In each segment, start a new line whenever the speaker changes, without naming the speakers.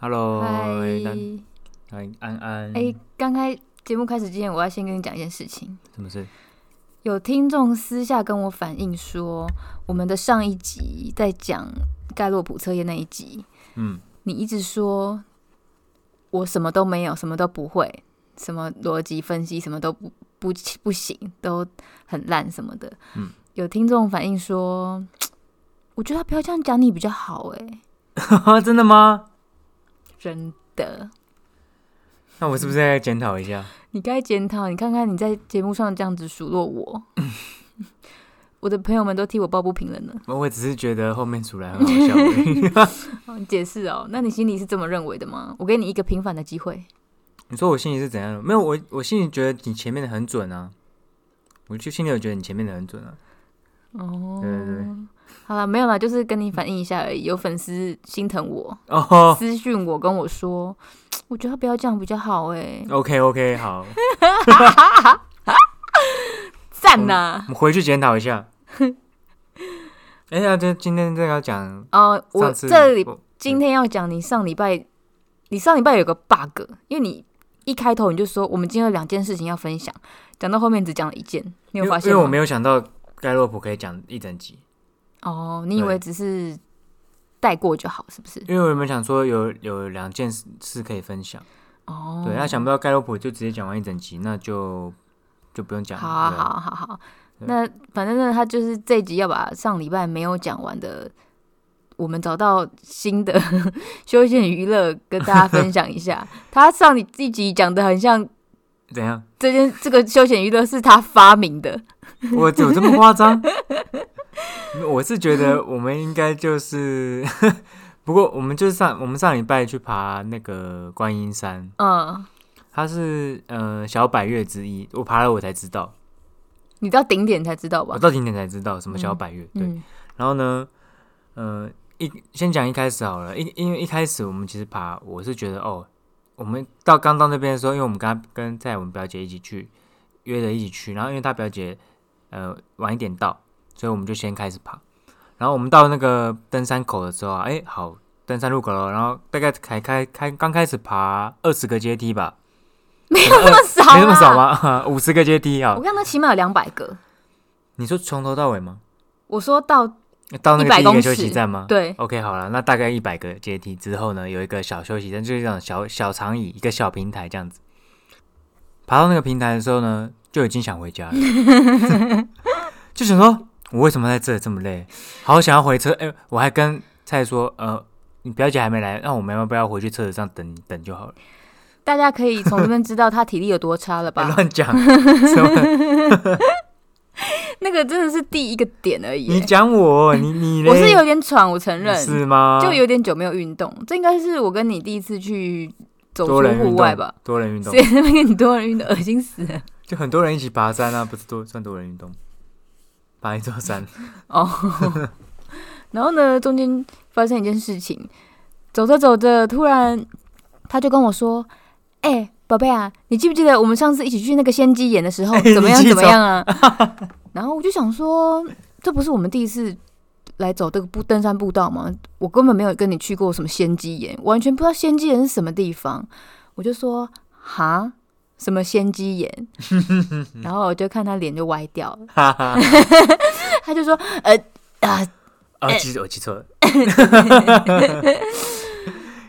Hello，哎
嗨，
丹，嗨，安安，
哎，刚开节目开始之前，我要先跟你讲一件事情。
什么事？
有听众私下跟我反映说，我们的上一集在讲盖洛普测验那一集，
嗯，
你一直说我什么都没有，什么都不会，什么逻辑分析什么都不不不行，都很烂什么的。
嗯，
有听众反映说，我觉得他不要这样讲你比较好、哎，
真的吗？
真的。
那我是不是该检讨一下？
你该检讨，你看看你在节目上这样子数落我， 我的朋友们都替我抱不平了呢。
我只是觉得后面出来很好笑而 已。
哦你解释哦，那你心里是这么认为的吗？我给你一个平反的机会。
你说我心里是怎样的？没有，我我心里觉得你前面的很准啊，我就心里有觉得你前面的很准啊。
哦，
对对对
好了，没有啦，就是跟你反映一下而已。有粉丝心疼我，
哦、
私讯我跟我说，我觉得不要这样比较好哎、
o k OK，好，我
赞呐！
们回去检讨一 下。哎呀，这今天这个要讲
哦，我
上次
这里
我
今天要讲你上礼拜，你上礼拜有个 bug，因为你一开头你就说我们今天有两件事情要分享，讲到后面只讲了一件，你
因
有
为
发现
因为
吗？
我没有想到盖洛普可以讲一整集，
哦，你以为只是带过就好，是不是？
因为我们想说有有两件事事可以分享。
哦，
对，他想不到盖洛普就直接讲完一整集，那就就不用讲了。
好啊，
对
好
吧，
啊好啊好啊。
对
那反正呢，他就是这一集要把上礼拜没有讲完的，我们找到新的 休闲娱乐跟大家分享 一下。他上一集讲的很像
怎样？
这件这个休闲娱乐是他发明的，
我有这么夸张？ 我是觉得我们应该就是， 不过我们就是上我们上礼拜去爬那个观音山，
嗯，
它是呃小百岳之一，我爬了我才知道，
你到顶点才知道吧
我？到景点才知道什么小百岳。对，
嗯
然后呢，呃，一先讲一开始好了，一因为一开始我们其实爬，我是觉得哦，我们到刚到那边的时候，因为我们跟她跟在我们表姐一起去约了一起去，然后因为她表姐呃晚一点到，所以我们就先开始爬。然后我们到那个登山口的时候啊，哎，好，登山入口了，然后大概才开开刚开始爬二十个阶梯吧，
没有那么少、啊，
没那么少？吗？ 五十个阶梯啊
我，看他起码有两百个。
你说从头到尾吗？
我说到
到那个第
100
一个
公
休息
尺
站吗？
对，
OK，好了，那大概一百个阶梯之后呢，有一个小休息站，就是这种小小长椅，一个小平台这样子。爬到那个平台的时候呢，就已经想回家了， 就想说，我为什么在这里这么累？好想要回车，哎、我还跟蔡说，呃，你表姐还没来，那我们要不要回去车子上等等就好了？
大家可以从这边知道他体力有多差了
哎
吧？
乱讲，什么？
那个真的是第一个点而已
你
耶。
讲我，你你嘞
我是有点喘，我承认，
是啊吗？
就有点久没有运动。这应该是我跟你第一次去走出
多人
户
运
外
动
吧？，
多人运动
谁，在那边跟你多人运动，恶心死了。
就很多人一起爬山啊，不是多算多人运动，爬一座 山。
哦，然后呢，中间发生一件事情，走着走着，突然他就跟我说：“哎、宝贝啊，你记不记得我们上次一起去那个仙鸡眼的时候，
哎
怎么样
你记
怎么样啊？”然后我就想说，这不是我们第一次来走这个步登山步道吗？我根本没有跟你去过什么仙鸡眼，完全不知道仙鸡眼是什么地方。我就说：“哈，什么仙鸡眼？” 然后我就看他脸就歪掉了，
哈哈，
他就说：“呃啊。”
啊，其实我记错 了，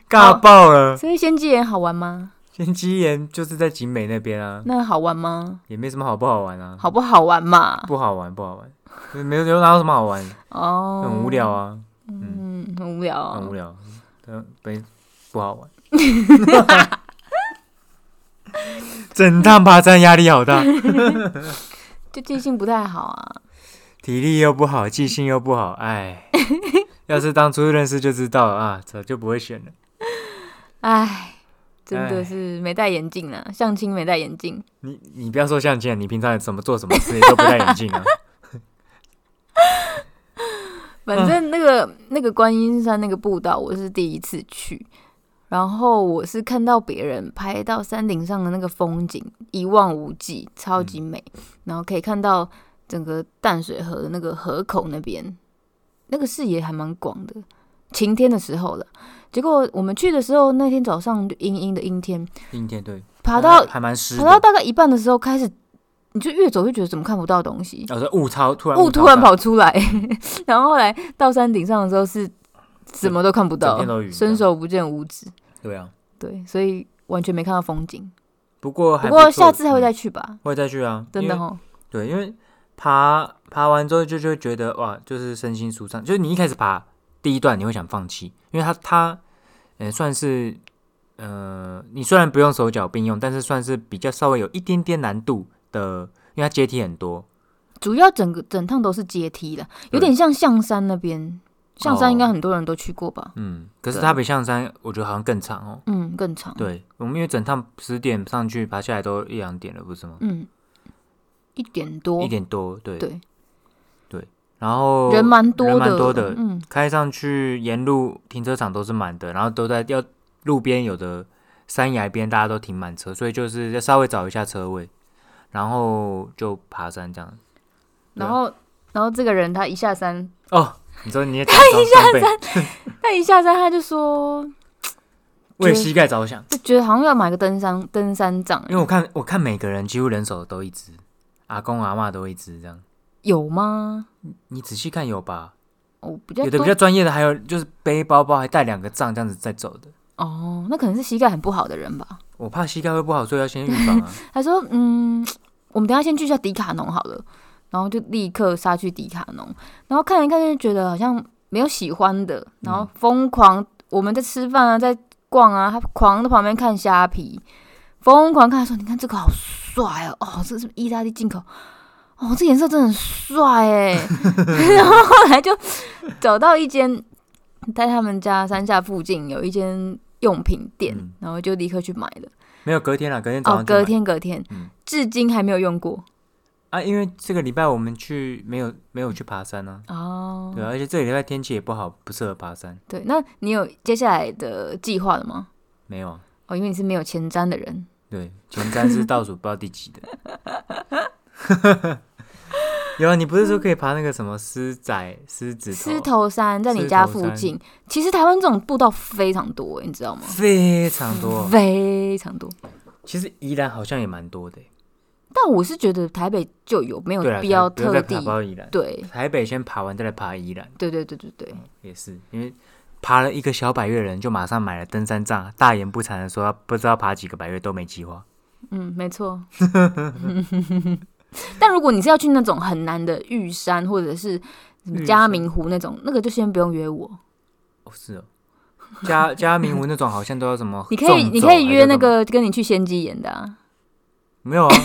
尬爆了。
所以仙鸡眼好玩吗？
仙鸡岩就是在景美那边啊，
那好玩吗？
也没什么好不好玩啊，
嗯好不好玩嘛？
不好玩不好玩，没没有有哪有什么好玩，
哦，
很无聊，啊，
嗯，很无聊、
很无
哦。
聊，嗯，没不好 玩。整趟爬山压力好大，
就记性不太好啊。
体力又不好，记性又不好，哎，要是当初认识就知道了啊，早就不会选了。
唉，真
唉
的是没戴眼镜啊，相亲没戴眼镜。
你你不要说相亲，你平常怎么做什么事也都不戴眼镜 啊。
反正那个、那个观音山那个步道，我是第一次去，然后我是看到别人拍到山顶上的那个风景一望无际，超级美，然后可以看到整个淡水河的那个河口那边，那个视野还蛮广的，晴天的时候了。结果我们去的时候，那天早上就阴阴的阴天，
阴天对，
爬到
还还蛮湿
爬到
啊的，
大概一半的时候开始，你就越走越觉得怎么看不到东西，
我说雾超突然
雾突然
到
跑出来，然后后来到山顶上的时候是什么都看不
整
到
片都，云
伸手不见五指，
对啊，
对，所以完全没看到风景。
不过还不
不
错
过下次还会
嗯
再去吧，
会再去啊，
真
因
的
为
哦，
对，因为爬爬完之后就就会觉得哇，就是身心舒畅。就是你一开始爬第一段，你会想放弃，因为它它呃算是呃，你虽然不用手脚并用，但是算是比较稍微有一点点难度的，因为它阶梯很多。
主要整个整趟都是阶梯的，
对
有点像象山那边，象山应该
哦
很多人都去过吧？
嗯，可是
对啊
它比象山，我觉得好像更长哦。
嗯，更长。，
对，我们因为整趟十点上去，爬下来都一两点了，不是吗？
嗯，一点多，
一点多，对
对，
然后
人蛮多的，
人蛮多的
嗯，
开上去，沿路停车场都是满的，然后都在要路边有的山崖边，大家都停满车，所以就是要稍微找一下车位，然后就爬山这样。对啊
然后。然后这个人他一下山，
哦，你说你也他一下山，
他一下山他就说，
为膝盖着想，
就觉得好像要买个登山登山杖，
因为我看我看每个人几乎人手都一只，阿公阿嬷都一只这样。
有吗？
你仔细看有吧，
哦，比较
有的
多
比较专业的，还有就是背包包还带两个杖这样子在走的。
哦，那可能是膝盖很不好的人吧。
我怕膝盖会不好，所以要先预防啊。
他说，嗯，我们等一下先去一下迪卡侬好了，然后就立刻杀去迪卡侬，然后看了一看就觉得好像没有喜欢的，然后疯狂我们在吃饭啊，在逛啊，他狂在旁边看虾皮，疯狂看他说，你看这个好帅哦，哦，这是意大利进口。哦，这颜色真的很帅哎！ 然后后来就找到一间在他们家山下附近有一间用品店，
嗯
然后就立刻去买了。
没有隔天啦，隔天早
哦，
上就买、
隔天隔天，
嗯
至今还没有用过
啊，因为这个礼拜我们去没有没有去爬山啊，
哦
对啊，而且这个礼拜天气也不好，不适合爬山。
对，那你有接下来的计划了吗？
没有啊，
哦，因为你是没有前瞻的人，
对，前瞻是倒数不知道第几的。 有啊，你不是说可以爬那个什么狮仔、狮子头？啊
狮头山在你家附近，其实台湾这种步道非常多，你知道吗？
非常多，
非常多。
其实宜兰好像也蛮多的欸。
但我是觉得台北就有，没有
对啊，
必要
不用再
特
爬
地。
包宜兰，
对
台北先爬完再来爬宜兰，
对对对对对，
也是因为爬了一个小百越人，就马上买了登山杖，大言不惭的说不知道爬几个百越都没计划。
嗯，没错。 但如果你是要去那种很难的玉山或者是什么
玉
嘉
山
明湖那种，那个就先不用约我。
哦，是哦，加加明湖那种好像都要什 么
你
纵走
可
还
以
是什么？
你可以约那个跟你去仙姬演的啊。
没有啊，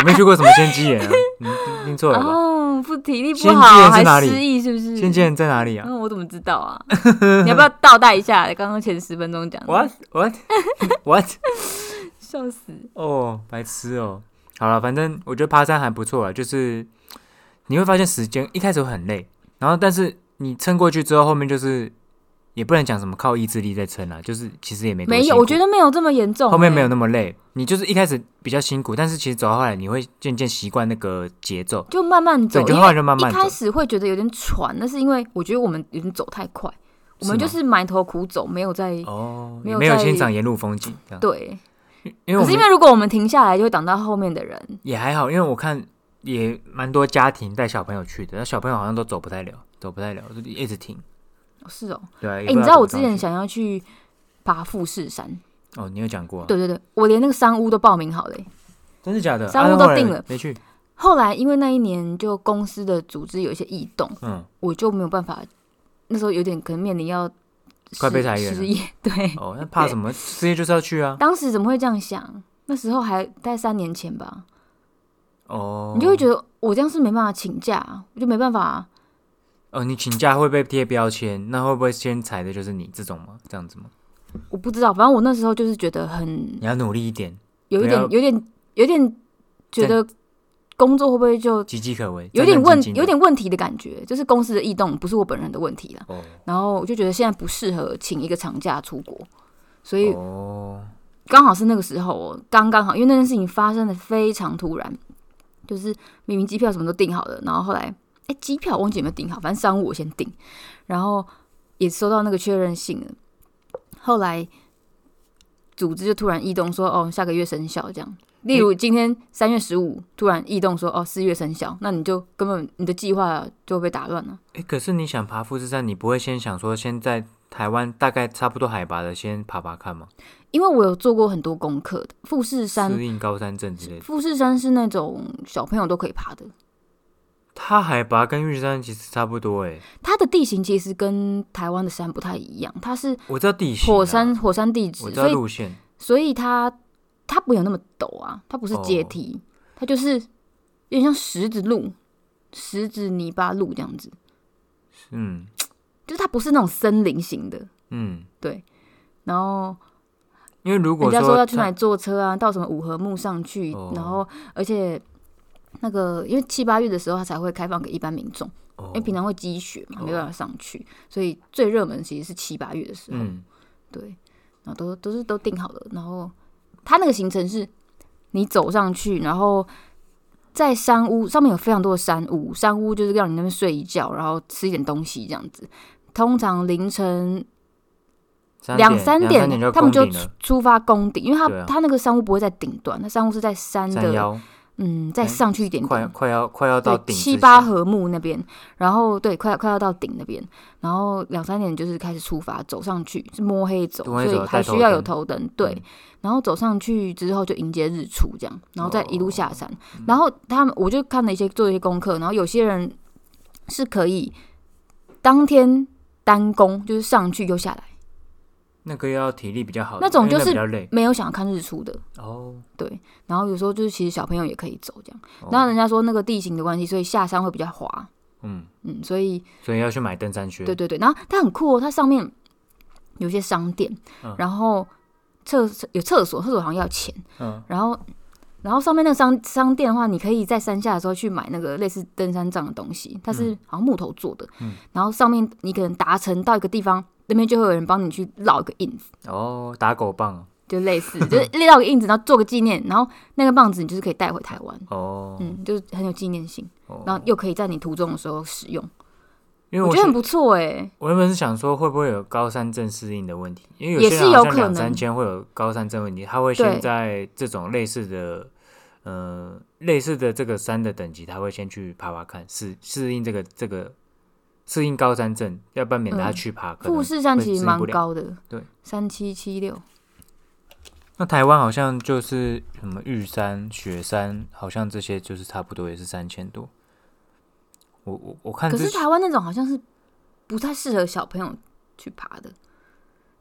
我没去过什么仙姬岩啊，你听听错了吧？
哦，不体力不
仙姬
好
岩
还
是哪里
失忆是不是？
仙姬岩在哪里啊
嗯，我怎么知道 啊？你要不要倒带一下？刚刚前十分钟讲的
？What what what？
笑死！
哦，白痴哦。好了，反正我觉得爬山还不错啊，就是你会发现时间一开始会很累，然后但是你撑过去之后，后面就是也不能讲什么靠意志力在撑啊，就是其实也没多
没
辛
有，
苦
我觉得没有这么严重、
后面
欸
没有，那么累，你就是一开始比较辛苦，但是其实走到后来你会渐渐习惯那个节奏，
就慢慢走
对，，就
因
后来
为
就慢慢
一开
走。
始会觉得有点喘，那是因为我觉得我们有点走太快，我们
是
就
吗
是埋头苦走，没有在、
哦，
没
没
有
有没有
在
欣赏沿路风景这样。
对。
因为
可
我
是因
们
为如果我们停下来，就会挡到后面的人。
也还好，因为我看也蛮多家庭带小朋友去的，那小朋友好像都走不太了，走不太了，就一直停。
哦是哦，
对啊，
哎、
哎
你知道我之前想要去爬富士山，
哦，你有讲过、啊，
对对对，我连那个山屋都报名好了欸、
真的假的？
商
啊
务
那
都
后来
定了
没去。
后来因为那一年就公司的组织有一些异动，
嗯，
我就没有办法，那时候有点可能面临要失
快被裁员了
失业。对，
哦，那怕什么？事业就是要去啊。
当时怎么会这样想？那时候还在三年前吧，
哦，
你就会觉得我这样是没办法请假，我就没办法。
哦，你请假会被贴标签，那会不会先裁的就是你这种吗？这样子吗？
我不知道，反正我那时候就是觉得很
你要努力一点，
有一点、
不要
有点、有点觉得工作会不会就
岌岌可危，
有点问
战战兢兢的
有点问题的感觉，就是公司的异动，不是我本人的问题啦。
哦
然后我就觉得现在不适合请一个长假出国，所以
哦，
刚好是那个时候哦，刚刚好，因为那件事情发生的非常突然，就是明明机票什么都订好了，然后后来哎机票忘记有没有订好，反正商务我先订，然后也收到那个确认信了。后来组织就突然异动说，哦，下个月生效这样。例如今天三月十五突然异动说，哦，四月生效，那你就根本你的计划就被打乱了。
哎、可是你想爬富士山，你不会先想说先在台湾大概差不多海拔的先爬爬看吗？
因为我有做过很多功课的，富士山
适应高山症之类的，
富士山是那种小朋友都可以爬的，
它海拔跟玉山其实差不多哎、
它的地形其实跟台湾的山不太一样，它是
我知道地形、啊，
火山火山地质
我，知道
所以
路线，
所以它它没有那么陡啊，它不是阶
哦
梯，它就是有点像石子路、石子泥巴路这样子，
嗯
就是它不是那种森林型的。
嗯，
然后
因为如果
人家说要去哪
像
里坐车啊，到什么五合目上去，
哦
然后而且那个因为七八月的时候它才会开放给一般民众，
哦
因为哎平常会积雪嘛，
哦
没办法上去，所以最热门其实是七八月的时候。
嗯
对，然后都都是都定好了，然后他那个行程是，你走上去，然后在山屋上面有非常多的山屋，山屋就是让你那边睡一觉，然后吃一点东西这样子。通常凌晨
三
两
三
点，
点就
他们就
攻顶
出
了
出发攻顶，因为他、
对啊
他那个山屋不会在顶端，那山屋是在山
山
的，
腰
嗯，再
哎
上去一点
快
点，
快要快要到
对，
顶之
七
前
八合目那边，然后对，快快要到顶那边，然后两三点就是开始出发，走上去是摸黑走，
摸黑
所以
走
还
带头
需要有
灯
头灯，对，
嗯
然后走上去之后就迎接日出这样，然后再一路下山，
哦
然后他们我就看了一些做一些功课，然后有些人是可以当天单攻，就是上去又下来，
那个要体力比较好的，
那种
因为
就是
比较累
没有想要看日出的，
哦。
对，然后有时候就是其实小朋友也可以走这样，
哦
那人家说那个地形的关系，所以下山会比较滑，
嗯，
嗯，所以。
所以要去买登山靴，
对对对，然后它很酷哦，它上面有些商店，
嗯
然后厕有厕所，厕所好像要钱，
嗯，
然后然后上面那个商商店的话，你可以在山下的时候去买那个类似登山杖的东西，它是好像木头做的，
嗯
然后上面你可能达成到一个地方，那边就会有人帮你去烙一个印子。
哦，打狗棒
就类似， 就是立到个印子，然后做个纪念，然后那个棒子你就是可以带回台湾，
哦，
嗯，就是很有纪念性，
哦
然后又可以在你途中的时候使用，
因为
我
我
觉得
想
很不错哎、
我原本是想说会不会有高山症适应的问题，因为
也
些
是
人
有
好像
可
两
能
三千会有高山症问题，他会
对
先在这种类似的，呃，类似的这个山的等级，他会先去爬爬看，适适应这个这个适应高山症，要不然免得他
嗯
去爬。可
富
能
士山
会
其实
适应
蛮
不了
高的，
对，
三七七六，
那台湾好像就是什么玉山、雪山，好像这些就是差不多也是三千多。我我我看
可
这
是台湾那种好像是不太适合小朋友去爬的，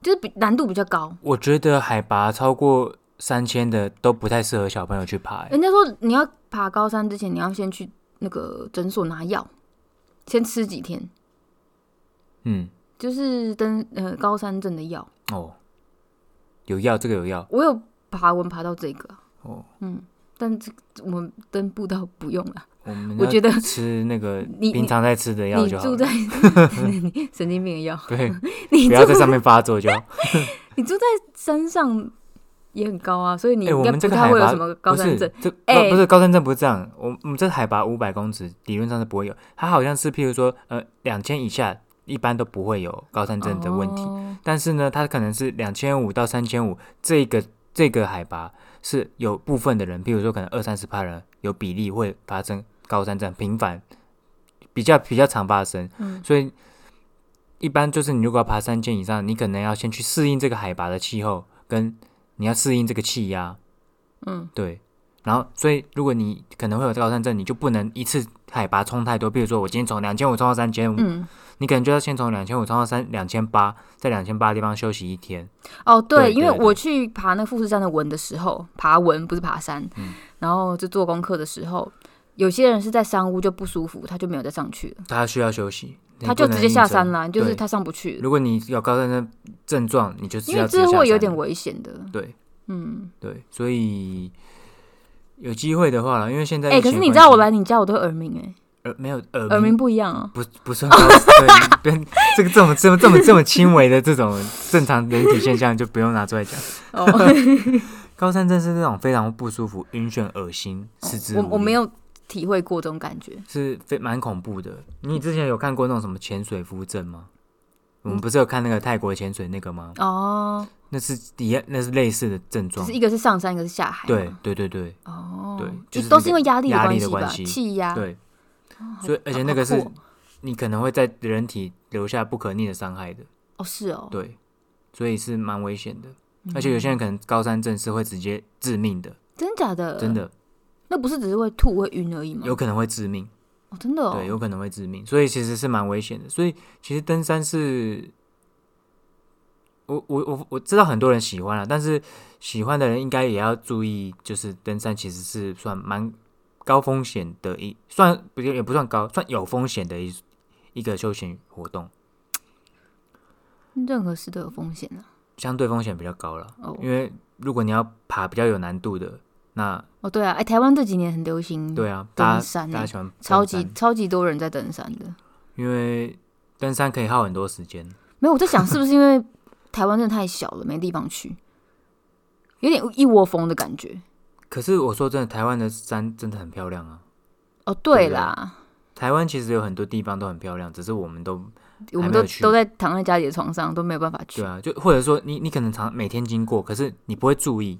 就是比难度比较高。
我觉得海拔超过三千的都不太适合小朋友去爬、欸
人家说你要爬高山之前，你要先去那个诊所拿药，先吃几天，
嗯，
就是登呃高山症的药。
哦，有药，这个有药。
我有爬文爬到这个啊，
哦，
嗯，但这我们登步道不用了。
我们
我
要
觉得
吃那个
你
平常在吃的药
你
就好
住
了。
在 你神经病的药，
对，
你
不
住
要在上面发作就好。
你住在山上也很高啊，所以你
哎，
应
我
该
们
不
这个
太
海
会有
拔
什么 高
不是
山症。
这
哎
不不是高山症不是这样。我我们这海拔五百公尺，理论上是不会有。它好像是譬如说，呃，两千以下一般都不会有高山症的问题。
哦
但是呢，它可能是两千五到三千五这个这个海拔是有部分的人，譬如说可能二三十趴人有比例会发生高山症，频繁比较比较常发生，
嗯
所以一般就是你如果要爬三千以上，你可能要先去适应这个海拔的气候，跟你要适应这个气压，
嗯，
对。然后，所以如果你可能会有高山症，你就不能一次海拔冲太多。比如说，我今天从两千五冲到三千五，
嗯，
你可能就要先从两千五冲到三两千八，在两千八的地方休息一天。
哦，对，
对
因为
对对
我去爬那富士山的文的时候，爬文不是爬山，
嗯
然后就做功课的时候，有些人是在山屋就不舒服，他就没有再上去了，
他需要休息，
他就直接下山
了。
啦，就是
对
他上不去了，
如果你有高山症症状，你就是
因
要
为
直接
这
下
会有
山
点
了
危险的，
对
嗯，
对，所以有机会的话啦，因为现在
哎、
疫
可
情
是
的
你
关
知道我
系
来你家我都会耳鸣、
呃没有耳
哎，耳鸣
鸣
不一 样啊，
不不算高对跟这个这种这么这么这么轻微的这种正常人体现象就不用拿出来讲。
哦，
高山症是那种非常不舒服、晕眩、恶心、四肢
我
无
我
力
没有体会过这种感觉，
是非蛮恐怖的。你之前有看过那种什么潜水夫症吗？我
嗯
们不是有看那个泰国潜水那个吗？
哦，
那是一样，那是类似的症
就
状
是。一个是上山，一个是下海。
对，对对对
哦，
对
也
就是
都
那
是因为
个
压力
压力
系
的关
吧，
系
气压。
对，
哦，好
所以而且那个
好酷
是你可能会在人体留下不可逆的伤害的。
哦，是哦，
对，所以是蛮危险的。
嗯
而且有些人可能高山症是会直接致命的，
真假的，
真，的
那不是只是会吐会晕而已吗？
有可能会致命。
哦，真嗯的哦，
对，有可能会致命，所以其实是蛮危险的。所以其实登山是，我我我我知道很多人喜欢了，但是喜欢的人应该也要注意，就是登山其实是算蛮高风险的一，算不也不算高，算有风险的一一个休闲活动，
任何事都有风险啊。
相对风险比较高了。
哦
因为如果你要爬比较有难度的，那
哦，对啊，哎，台湾这几年很流行，
对啊，大
嗯登
家
山
大家
欸
喜欢
超
登
级
山
超级多人在登山的。
因为登山可以耗很多时间。
没有，我在想是不是因 为台湾真的太小了，没地方去，有点一窝蜂的感觉。
可是我说真的，台湾的山真的很漂亮啊。
哦，
对
对
不对
啦，
台湾其实有很多地方都很漂亮，只是我们都
我
还
们
没
都
有去
都在躺在家里的床上，都没有办法去。
对啊，就或者说你你可能常每天经过，可是你不会注意。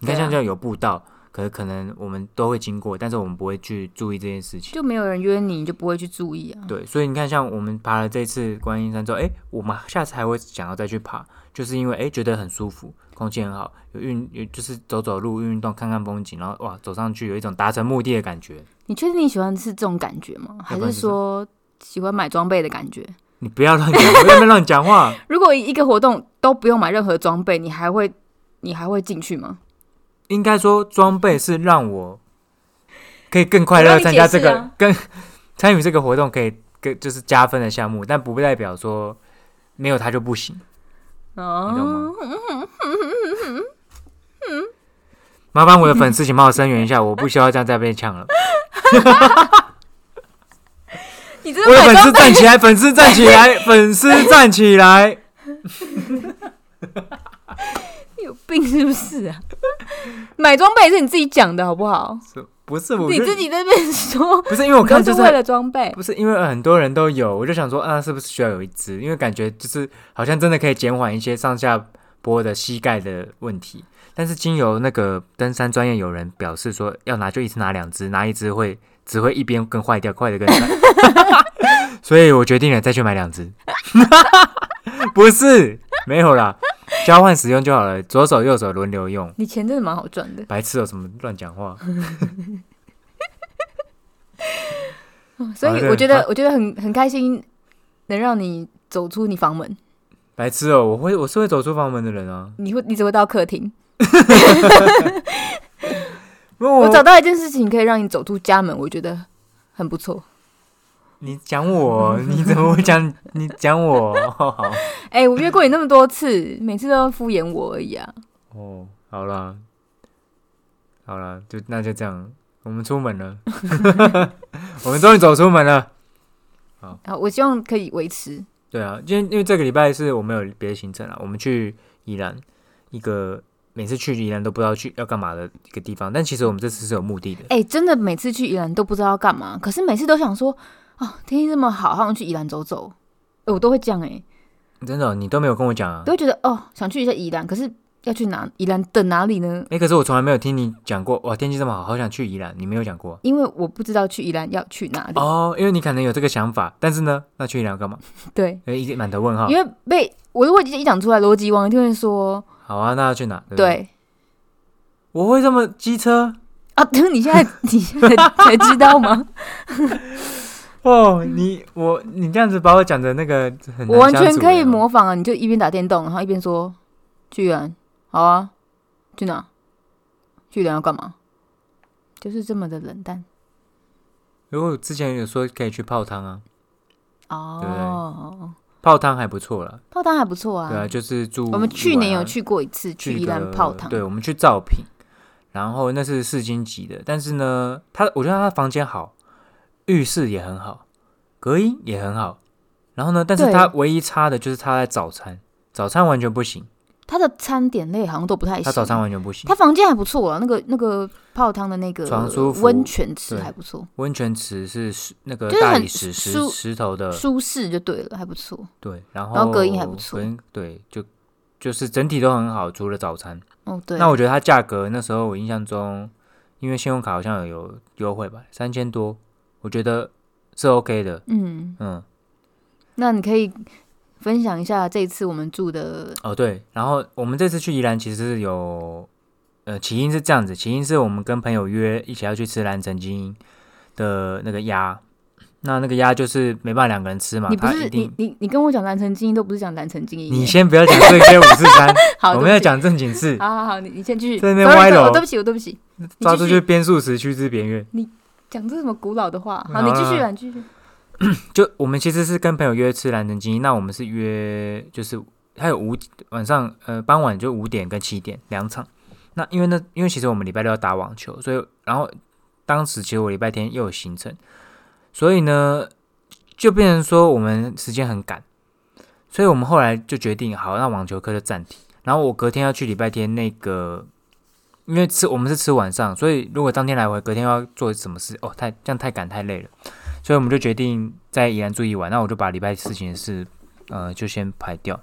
你看
对啊
像这样有步道，可是可能我们都会经过，但是我们不会去注意这件事情。
就没有人约你，你就不会去注意啊。
对，所以你看，像我们爬了这次观音山之后，哎、我们下次还会想要再去爬，就是因为哎、诶觉得很舒服，空气很好，有运有就是走走路、运运动、看看风景，然后哇走上去有一种达成目的的感觉。
你确定你喜欢是这种感觉吗？还
要不然是
是
什么
说喜欢买装备的感觉？
你不要乱讲，不要乱讲话。
如果一个活动都不用买任何装备，你还会你还会进去吗？
应该说装备是让我可以更快乐地参加这
我
个、
让你啊
跟参与这个活动，可以跟就是加分的项目，但不代表说没有它就不行，你懂
哦
吗，？麻烦我的粉丝，请帮我声援一下，我不需要这样再被呛了。
你 真
我的
的
粉
买装
丝站起来，粉丝站起来， 粉丝站起来！
你有病是不是啊？ 买装备是你自己讲的好不好？
不是我
你
就
自己在那边说，
不是因为我
我
看
是
就是
为了装备。
不是因为很多人都有，我就想说啊，是不是需要有一只？因为感觉就是好像真的可以减缓一些上下坡的膝盖的问题。但是经由那个登山专业有人表示说，要拿就一次拿两只，拿一只会只会一边更坏掉，快的 更惨。所以我决定了再去买两只。 不是，没有啦，交换使用就好了，左手右手轮流用。
你钱真的蛮好赚的，
白痴有什么乱讲话？
所
啊
以
对
我觉得、
啊
我觉得很很开心，能让你走出你房门。
白痴哦、我会我是会走出房门的人啊。
你会你只会到客厅。
因为我
我找到一件事情可以让你走出家门，我觉得很不错。
你讲我， 你怎么会讲？你讲我
哎、我约过你那么多次，每次都要敷衍我而已啊。
哦，好啦，好啦，就那就这样，我们出门了， 我们终于走出门了。
啊，我希望可以维持。
对啊，因为因为这个礼拜是我们有别的行程啊了，我们去宜兰一个。每次去宜兰都不知道去要干嘛的一个地方，但其实我们这次是有目的的。
哎、真的每次去宜兰都不知道要干嘛，可是每次都想说，哦，天气这么好，好想去宜兰走走。哎我都会这样哎、
真的哦、你都没有跟我讲啊
都？会觉得哦，想去一下宜兰，可是要去哪？宜兰的哪里呢？
哎、可是我从来没有听你讲过。哇，天气这么好，好想去宜兰，你没有讲过
因为我不知道去宜兰要去哪里。
哦。因为你可能有这个想法，但是呢，那去宜兰要干嘛？
对，
哎一个满头问号。
因为被我如果一讲出来，逻辑王一定会说
好啊，那要去哪？对不对
对
我会这么机车
啊。 等你现在你现在才知道吗？
哦？你我你这样子把我讲的那个很难
我完全
相处哦
可以
了
模仿啊！你就一边打电动，然后一边说去宜兰，好啊，去哪？去宜兰要干嘛？就是这么的冷淡
如果之前有说可以去泡汤啊，
哦。
泡汤还不错啦。
泡汤还不错啊，
对啊，就是住
我们去年有
宜兰啊
去过一次，去
去
宜
一个
兰泡汤。
对，我们去造品，然后那是四星级的，但是呢，他我觉得他房间好，浴室也很好，隔音也很好，然后呢，但是
对
他唯一差的就是他在早餐，早餐完全不行。
它它的餐点类好像都不太
他
行。
早餐完全不行
它。房间还不错啊，那个那个泡汤的那个
床舒服
温泉池
对
还不错，
温泉池是石那个
就是
大
很
理石石
舒
石头的，
舒适就对了，还不错。
对，然后
然后隔音还不错
隔音对，就就是整体都很好，除了早餐。
哦，对，
那我觉得它价格那时候我印象中，因为信用卡好像有有优惠吧，三千多，我觉得是 OK 的。
嗯，
嗯，
那你可以分享一下这一次我们住的，
哦对，然后我们这次去宜兰其实有，呃，起因是这样子，起因是我们跟朋友约一起要去吃蓝城精英的那个鸭，那那个鸭就是没办法两个人吃嘛，
你不
它一
是你
定。
你你跟我讲蓝城精英都不是讲蓝城精英耶，
你先不要讲这些五四三，
好，
我
对
们
不
要
起，
讲正经事，
好好好，你你先继续，
在那边
Sorry，
歪
对
楼
我对不起，我对不起，你
抓
继
住
续
去边数时去之边缘。
讲这什么古老的话，好，
好
你继续
啦
啊，你继续，
就我们其实是跟朋友约吃蓝城精英，那我们是约就是还有五晚上呃傍晚就五点跟七点两场。那因为呢，因为其实我们礼拜六要打网球，所以然后当时其实我礼拜天又有行程，所以呢就变成说我们时间很赶，所以我们后来就决定好，那网球课就暂停。然后我隔天要去礼拜天那个，因为吃我们是吃晚上，所以如果当天来回，隔天要做什么事哦，太这样太赶太累了。所以我们就决定在宜兰住一晚。那我就把礼拜四情的事，呃，就先排掉。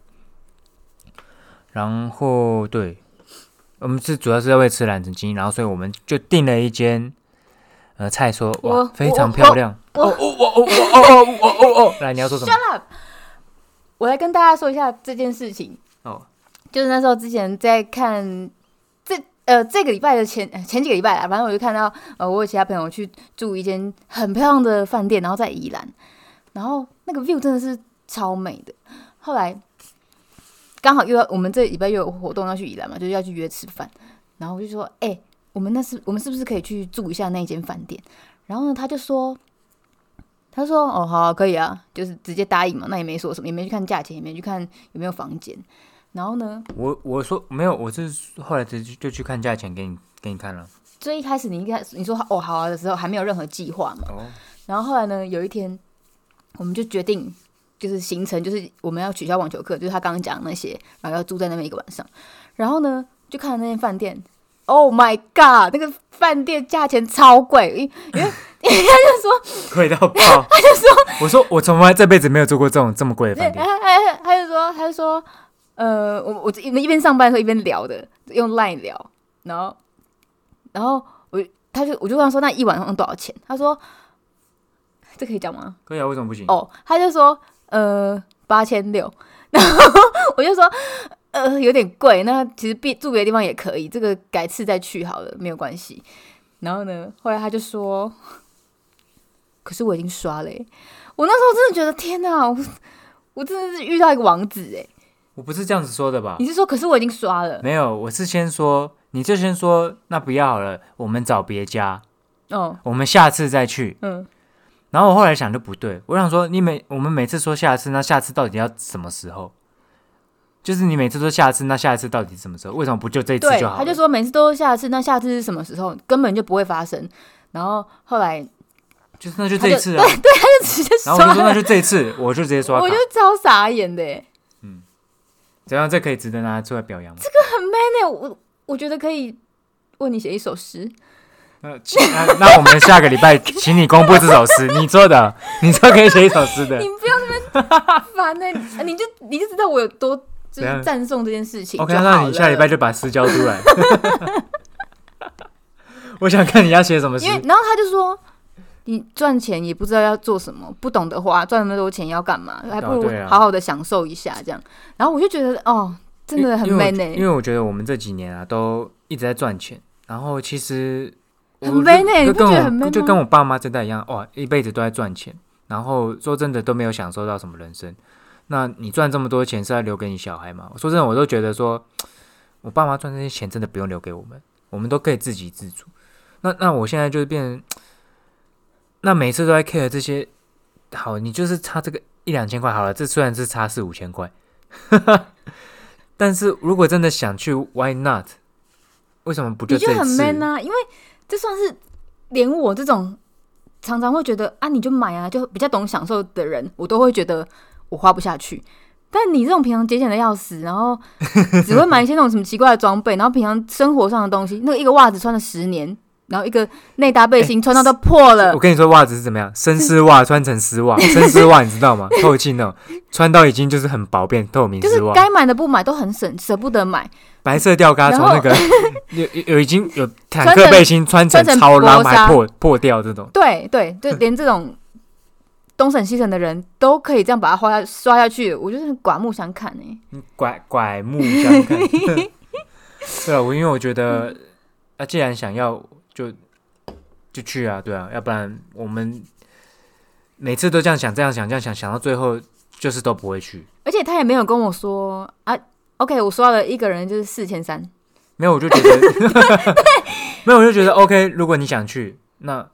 然后对，我们是主要是要为吃蓝城精英，然后所以我们就订了一间，呃，菜说哇
我
非
我
常
我
漂亮。
我
哦哦哦哦哦哦哦哦哦！来，你要说什么？
我来跟大家说一下这件事情。
哦，
就是那时候之前在看这呃这个礼拜的前呃前几个礼拜啦，反正我就看到呃我有其他朋友去住一间很漂亮的饭店，然后在宜兰，然后那个 view 真的是超美的。后来刚好又要我们这礼拜又有活动要去宜兰嘛，就是要去约吃饭，然后我就说，哎、我们那是我们是不是可以去住一下那间饭店？然后呢，他就说。他说：“哦，好啊、可以啊，就是直接答应嘛，那也没说什么，也没去看价钱，也没去看有没有房间。然后呢，
我我说没有，我是后来直接就去看价钱给你给你看了。
最一开始你应该你说哦好啊的时候，还没有任何计划嘛。
哦，
然后后来呢，有一天我们就决定，就是行程就是我们要取消网球课，就是他刚刚讲的那些，然后要住在那边一个晚上。然后呢，就看了那间饭店，Oh my god，那个饭店价钱超贵，因
贵到 爆！他就说，我说我从来这辈子没有做过这种这么贵的
对，
饭店。
他他他就说，他就说，呃，我我一一边上班的时候一边聊的，用 Line 聊，然后然后我他就我就问他说，那一晚上多少钱？他说，这可以讲吗？
可以啊，为什么不行？
哦，他就说，呃，八千六，然后我就说。呃，有点贵，那其实别住别的地方也可以，这个改次再去好了，没有关系。然后呢，后来他就说，可是我已经刷了、欸，我那时候真的觉得天哪，我我真的是遇到一个王子哎、
我不是这样子说的吧
你？是说，可是我已经刷了
没有，我是先说，你就先说，那不要好了，我们找别家，
哦，
我们下次再去。
嗯，
然后我后来想就不对，我想说，你每我们每次说下次，那下次到底要什么时候？就是你每次说下次，那下一次到底什么时候？为什么不就这一次
对，
就好了？
他就说每次都是下次，那下次是什么时候，根本就不会发生。然后后来
就是那就这一次啊。
就直接
然后
刷
我就说那
了，
就这一次，我就直接刷卡
我就。超傻眼的、欸，
怎样？这可以值得拿出来表扬吗？
那我我觉得可以为你写一首诗，
那呃请那 那我们下个礼拜请你公布这首诗，你做的， 你说可以写一首诗的
你。不要 那么烦呢、欸，你就你就知道我有多就
怎样
是赞颂这件事情
啊 OK，
就
那
好
你下礼
了
拜就把诗交出来。 我想看你要写什么诗
因。为然后他就说，你赚钱也不知道要做什么，不懂得花，赚那么多钱要干嘛？还不如
对啊
好好的享受一下这样。然后我就觉得，哦，真的很欸
因为
man 呢、
因为我觉得我们这几年啊，都一直在赚钱，然后其实我
很 man 欸
就
你不
跟
觉得
我
很 man 吗
就跟我爸妈这代一样，哇，一辈子都在赚钱，然后说真的都没有享受到什么人生。那你赚这么多钱是要留给你小孩吗？我说真的，我都觉得说，我爸妈赚这些钱真的不用留给我们，我们都可以自给自足。那那我现在就是变成，那每次都在 care 这些，好，你就是差这个一两千块好了，这虽然是差四五千块， 但是如果真的想去，Why not？为什么不
你
这
就
一
很
次？
man 啊，因为这算是连我这种常常会觉得啊，你就买啊，就比较懂享受的人，我都会觉得我花不下去。但你这种平常节俭的要死，然后只会买一些那种什么奇怪的装备，然后平常生活上的东西，那个一个袜子穿了十年，然后一个内搭背心穿到都破了
我，跟你说，哎袜子是怎么样？深丝袜穿成丝 袜，深丝袜你知道吗？透气那种，穿到已经就是很薄变透明
就是
丝袜，
该买的不买都很省，舍不得买，
白色吊嘎
然
从
后
那个 有有有已经有坦
穿
克
成
背心穿成
穿成
超拉
薄纱
还破破掉这种，
对对，就连这种东省西省的人都可以这样把它花下刷下去，我就是刮目相看哎、
拐拐目相看。 对啊，我因为我觉得，啊，既然想要就就去啊，对啊，要不然我们每次都这样想，这样想，这样想，想到最后就是都不会去。
而且他也没有跟我说啊，OK，我刷了一个人就是四千三，
没有，我就觉得， 没有，我就觉得 OK。如果你想去，那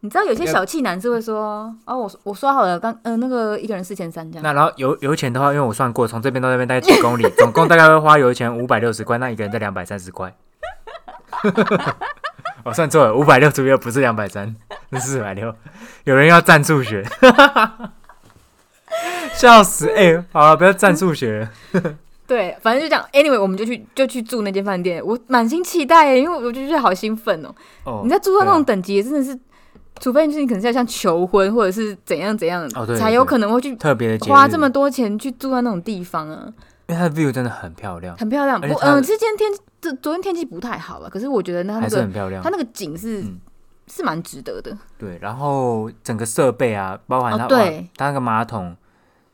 你知道有些小气男是会说哦，我我刷好了，刚呃那个一个人四千三这样，
那然后油油钱的话，因为我算过，从这边到那边大概几公 里，总共大概会花油钱五百六十块，那一个人在两百三十块。 我算错了，五百六十 六不是两百三，是四百六。有人要占数学， 笑死！哎、好了，不要占数学了。
对，反正就这样。Anyway，我们就去就去住那间饭店，我满心期待耶，因为我就觉得好兴奋哦。
哦
你，在住到那
对
种
啊
等级，真的是，除非就是你可能是要像求婚或者是怎样怎样，
哦对
才
对
有
对
可能会去
特别的节日
花这么，多钱去住在那种地方啊，
因为它的 view 真的很漂亮，
很漂亮。
而且
不，
它
嗯、这今天天这昨天天气不太好了，啊可是我觉得那它那
还是
个
很漂亮
它。那个景是、
嗯
是蛮值得的。
对，然后整个设备啊，包含
哦
它、哇
对
它那个马桶，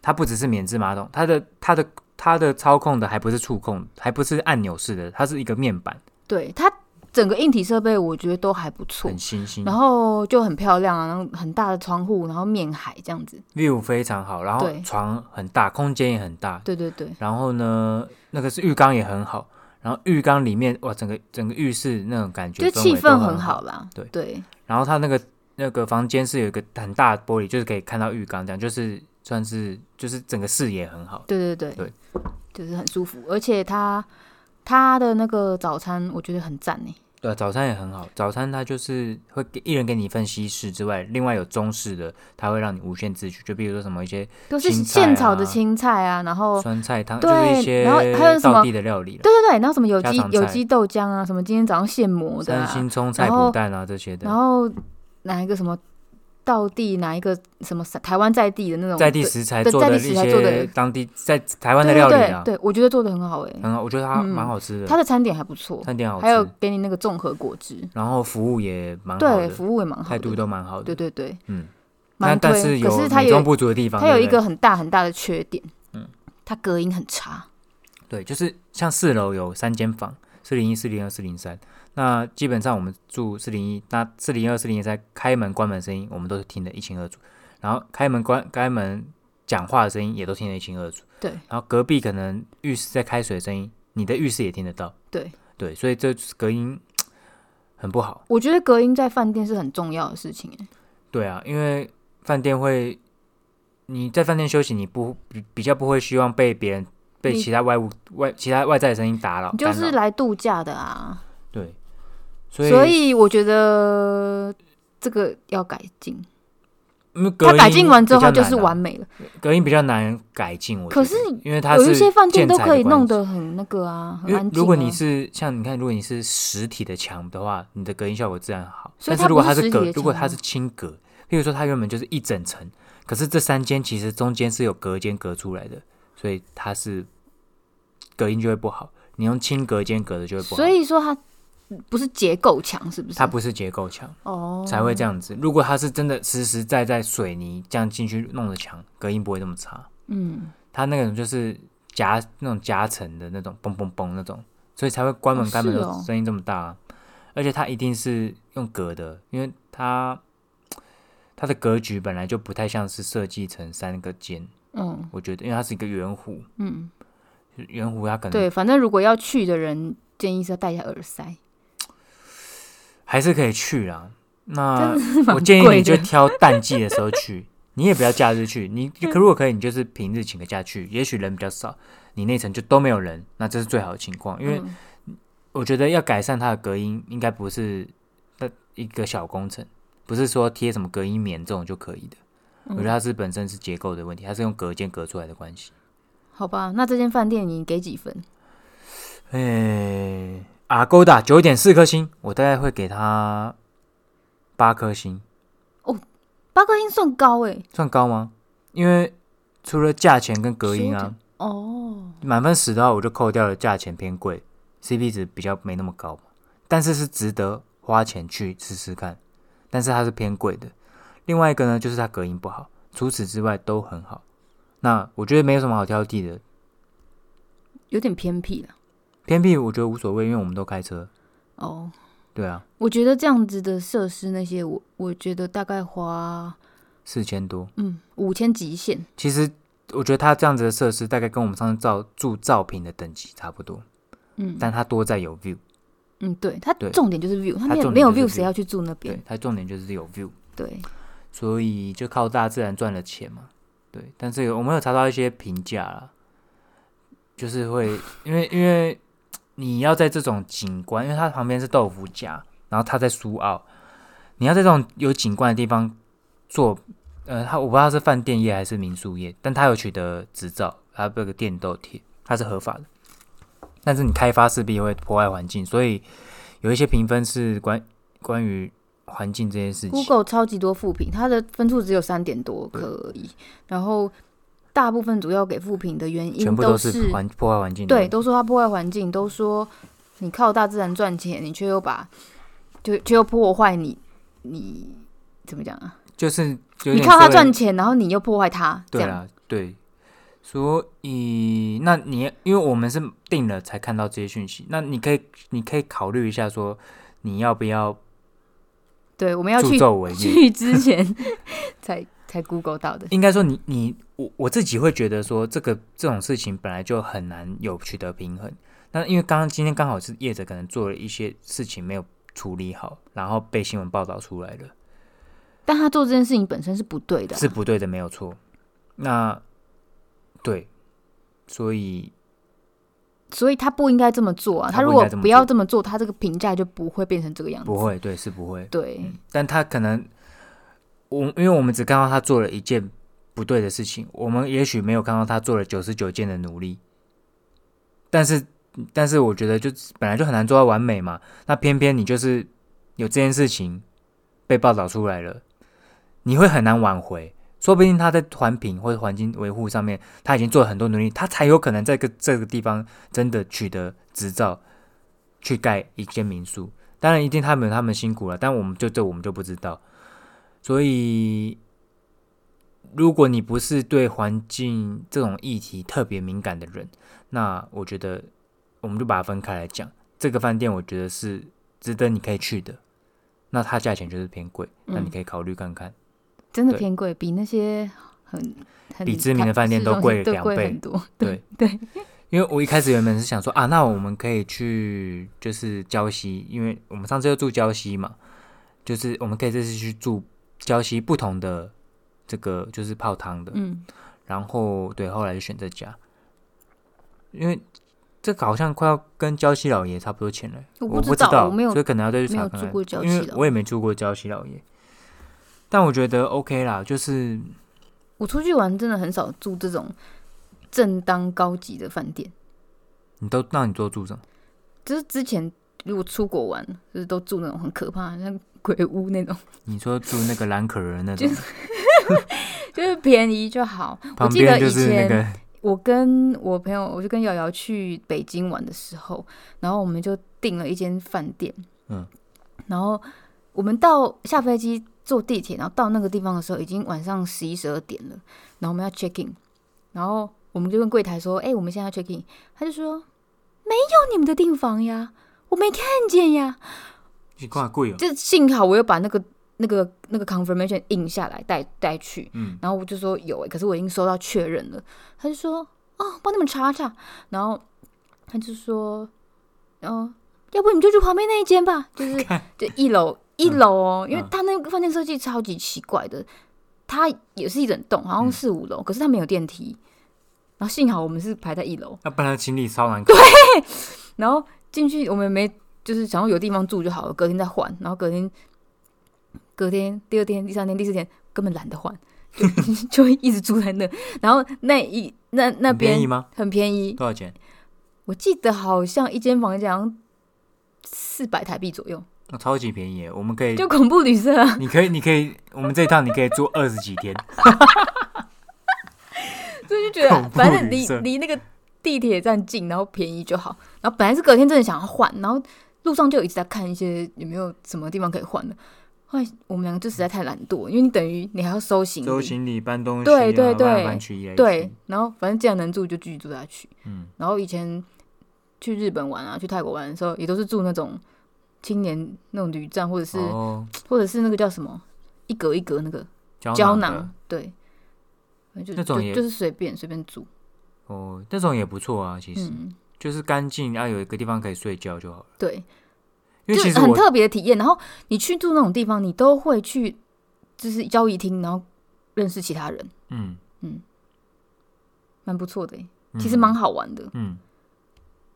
它不只是免治马桶，它的它的它的操控的还不是触控，还不是按钮式的，它是一个面板，
对它整个硬体设备，我觉得都还不错
很。新兴，
然后就很漂亮啊，然后很大的窗户，然后面海这样子。
view 非常好，然后
对
床很大，空间也很大，
对对对，
然后呢，那个是浴缸也很好，然后浴缸里面哇，整个整个浴室那种感觉，
就是气
氛围都
氛
很
很好，啦。
对
对
然后它那个那个房间是有一个很大的玻璃，就是可以看到浴缸，这样就是算是就是整个视野很好。
对对对
对，
就是很舒服，而且它它的那个早餐我觉得很赞呢。
对啊，早餐也很好。早餐它就是会给一人给你一份西式之外，另外有中式的，它会让你无限自取。就比如说什么一些
都是
青菜啊
现炒的青菜啊，然后
酸菜汤，
对
就是一些
然后还有什么
道地的料理了，
对啊对对，然后什么有
家
机
常菜
有机豆浆啊，什么今天早上现磨的、
三
啊，
星葱菜
然后
脯蛋啊这些
然
的，
后哪一个什么道地，哪一个什么台湾在地的那种
在地食材
对
做
在
的
地
一
食材做的
些当地在台湾
对
的料
对
理
对
啊，
对，我觉得做的很好哎、
很好，我觉得它
嗯
蛮好吃
它
的，
的餐点还不错，
餐点好
还有
吃，
给你那个综合果汁，
然后服务也蛮好
对，
的，
服务也蛮好
态度
的，
都蛮好
对
的，
对对，
嗯。那
蛮
但
推。
是
可
有
是它
美中
有
不足的地方，
它有
对
一
不对
个很大很大的缺点，
嗯
它隔音很差，
对，就是像四楼有三间房，四零一、四零二、四零三。那基本上我们住四零一，那四零二、四零三开门关门声音我们都是听得一清二楚，然后开门关开门讲话的声音也都听得一清二楚。
对
然后隔壁可能浴室在开水的声音，你的浴室也听得到。
对
对，所以这隔音很不好。
我觉得隔音在饭店是很重要的事情、欸，
对啊，因为饭店会你在饭店休息，你不比比较不会希望被别人被
你
其他外物外其他外在的声音打扰，
你就
干
是
扰
来度假的啊。
对，所
所
以
以我觉得这个要改进。
因为
它
隔
改
音
进完之后，
比较
它就是
难啊
完美了。
隔音比较难改进。我觉
可
得
是
因为它
有
是
一些饭
建
店都
材
可以
关
弄
系，
得很那个啊，很
因为
安静、啊。
如果你是像你看，如果你是实体的墙的话，你的隔音效果自然好。
所以
但
它
如果
不
它
是实
是
体
隔
的，
如果
墙
它
吗
是轻隔，譬如说它原本就是一整层，可是这三间其实中间是有隔间隔出来的，所以它是隔音就会不好。你用轻隔间隔的就会不好，
所以说它不是结构强，是不是？
它不是结构墙。
哦，
才会这样子。如果它是真的实实在在水泥这样进去弄的墙，隔音不会那么差。
嗯，
它那种就是夹那种夹层的那种嘣嘣嘣那种，所以才会关门
哦
开门
是
的
哦
声音这么大、啊。而且它一定是用隔的，因为它它的格局本来就不太像是设计成三个间，
嗯
我觉得，因为它是一个圆弧，
嗯，
圆弧它可能
对，反正如果要去的人，建议是要戴一下耳塞。
还是可以去啦。那
是蛮
我建议
贵
你就
的
挑淡季的时候 去，你也不要假日去。你可如果可以，你就是平日请个假去，也许人比较少，你那层就都没有人，那这是最好的情况。因为
嗯
我觉得要改善它的隔音，应该不是那一个小工程，不是说贴什么隔
嗯
音棉这种就可以的。我觉得它是本身是结构的问题，它是用隔间隔出来的关系。
好吧，那这间饭店你给几分？
哎，阿勾达九点四颗星，我大概会给他八颗星，
八颗星算高哎、
算高欸吗？因为除了价钱跟隔音
9
啊
点，哦，
满分十的话，我就扣掉了价钱偏贵，CP 值比较没那么高嘛，但是是值得花钱去试试看，但是它是偏贵的。另外一个呢，就是它隔音不好，除此之外都很好。那我觉得没有什么好挑剔的，
有点偏僻了。
偏僻我觉得无所谓，因为我们都开车。
哦，
对啊，
我觉得这样子的设施那些，我我觉得大概花
四千多。
嗯五千极限。
其实我觉得它这样子的设施大概跟我们上次照住照品的等级差不多，
嗯
但它多在有 view，
嗯，对，它
对
重点就是 view，
它
它没有
重点
没有
就是
view，
view
谁要去住那
对
边？，
它重点就是有 view。
对，
所以就靠大自然赚了钱嘛。对，但是有我们有查到一些评价啦，就是会 因为因为你要在这种景观，因为它旁边是豆腐夹，然后它在苏澳，你要在这种有景观的地方做，呃，它我不知道是饭店业还是民宿业，但它有取得执照，它这个电豆贴它是合法的，但是你开发势必会破坏环境，所以有一些评分是关关于环境这件事情。
Google 超级多负评，它的分数只有三点多
对
可以，然后大部分主要给负评的原因
全部
都
都
是
是环破坏环境的
对，
问题。
都说它破坏环境，都说你靠大自然赚钱，你却又把就却又破坏你你怎么讲啊？
就是有
你
点
靠它
稍微
赚钱，然后你又破坏它，这
对啊
样
啦，对。所以，那你因为我们是定了才看到这些讯息，那你可以你可以考虑一下说，你要不要
对，我们要
助
去
纣为虐？
去之前才才 Google 到的，
应该说你，你我我自己会觉得说，这个这种事情本来就很难有取得平衡。那因为刚刚今天刚好是业者可能做了一些事情没有处理好，然后被新闻报道出来了。
但他做这件事情本身是不对的啊、
是不对的，没有错。那对，所以
所以他不应该这么做啊。
他
他如
不应
果
该这么
不要
做
这么做，他这个评价就不会变成这个样子。
不，会，嗯对，是不会。
对，
但他可能，我因为我们只看到他做了一件不对的事情，我们也许没有看到他做了九十九件的努力。但是，但是我觉得就本来就很难做到完美嘛。那偏偏你就是有这件事情被报道出来了，你会很难挽回。说不定他在环评或者环境维护上面，他已经做了很多努力，他才有可能在这个这个地方真的取得执照，去盖一间民宿。当然，一定他们有他们辛苦了，但我们就这我们就不知道。所以，如果你不是对环境这种议题特别敏感的人，那我觉得我们就把它分开来讲。这个饭店我觉得是值得你可以去的，那它价钱就是偏贵，
嗯
那你可以考虑看看。
真的
对
偏贵，比那些很很
比知名的饭店
市
都
中心
贵
都
两
贵
倍
很多。
对
对，
因为我一开始原本是想说啊，那我们可以去就是礁溪，因为我们上次又住礁溪嘛，就是我们可以这次去住礁溪不同的这个就是泡汤的，
嗯，
然后对后来就选这家，因为这个好像快要跟礁溪老爷差不多钱了，
我
我
不
不
知道
道，
我没有
所以可能要再去
没
查
有
看
住
看
过礁溪
因
老
为
爷
我也没住过礁溪老爷，但我觉得 OK 啦，就是
我出去玩真的很少住这种正当高级的饭店，
你都让你多住什么？
就是之前如果出国玩，就是都住那种很可怕，像鬼屋那种，
你说住那个蓝可儿那种，
就是便宜就好。我
旁
记
边
得以
就是那
前、
个。
我跟我朋友，我就跟瑶瑶去北京玩的时候，然后我们就订了一间饭店，
嗯，
然后我们到下飞机坐地铁，然后到那个地方的时候，已经晚上十一十二点了，然后我们要 check in，然后我们就问柜台说：“哎、我们现在要 check in。”他就说：“没有你们的订房呀，我没看见呀。”
你挂贵哦，
就幸好我又把那个那个那个 confirmation 印下来带带去，
嗯
然后我就说有、欸，可是我已经收到确认了，他就说哦，帮你们查查，然后他就说，哦，要不你们就去旁边那一 间吧，就是就一楼一楼哦，因为
嗯
他那个饭店设计超级奇怪的，它也是一整栋，好像
嗯
四五楼，可是它没有电梯，然后幸好我们是排在一楼，
要不然行李超难搞。
然后进去我们没就是想要有地方住就好了，隔天再换，然后隔天隔天第二天第三天第四天根本懒得换，就 就会一直住在那。然后那一那那
很
边嗯
便宜吗？
很便宜，
多少钱？
我记得好像一间房间好像四百台币左右，
那超级便宜耶，我们可以，
就恐怖旅社啊。
你可以，你可以，我们这一趟你可以 住二十几天，
所以就觉得
恐怖
反正
旅
离
社
离那个地铁站近，然后便宜就好。然后本来是隔天真的想要换，然后路上就一直在看一些有没有什么地方可以换的。后来我们两个就实在太懒惰，因为你等于你还要收行
收
李，
行李、搬东西、啊，
对对对
搬来搬去移来移去
对，，然后反正既然能住就继续住下去。
嗯，
然后以前去日本玩啊，去泰国玩的时候，也都是住那种青年那种旅站，或者是、
哦，
或者是那个叫什么一格一格那个胶
胶的
囊，对，反正就
那种
就
也
就是随便随便住，
哦，那种也不错啊，其实、
嗯，
就是干净，啊，有一个地方可以睡觉就好了。
对，
因为其
就是
实
很
我
特别的体验。然后你去住那种地方，你都会去就是交易厅，然后认识其他人，
嗯，
蛮不错的欸、
嗯
其实蛮好玩的。
嗯，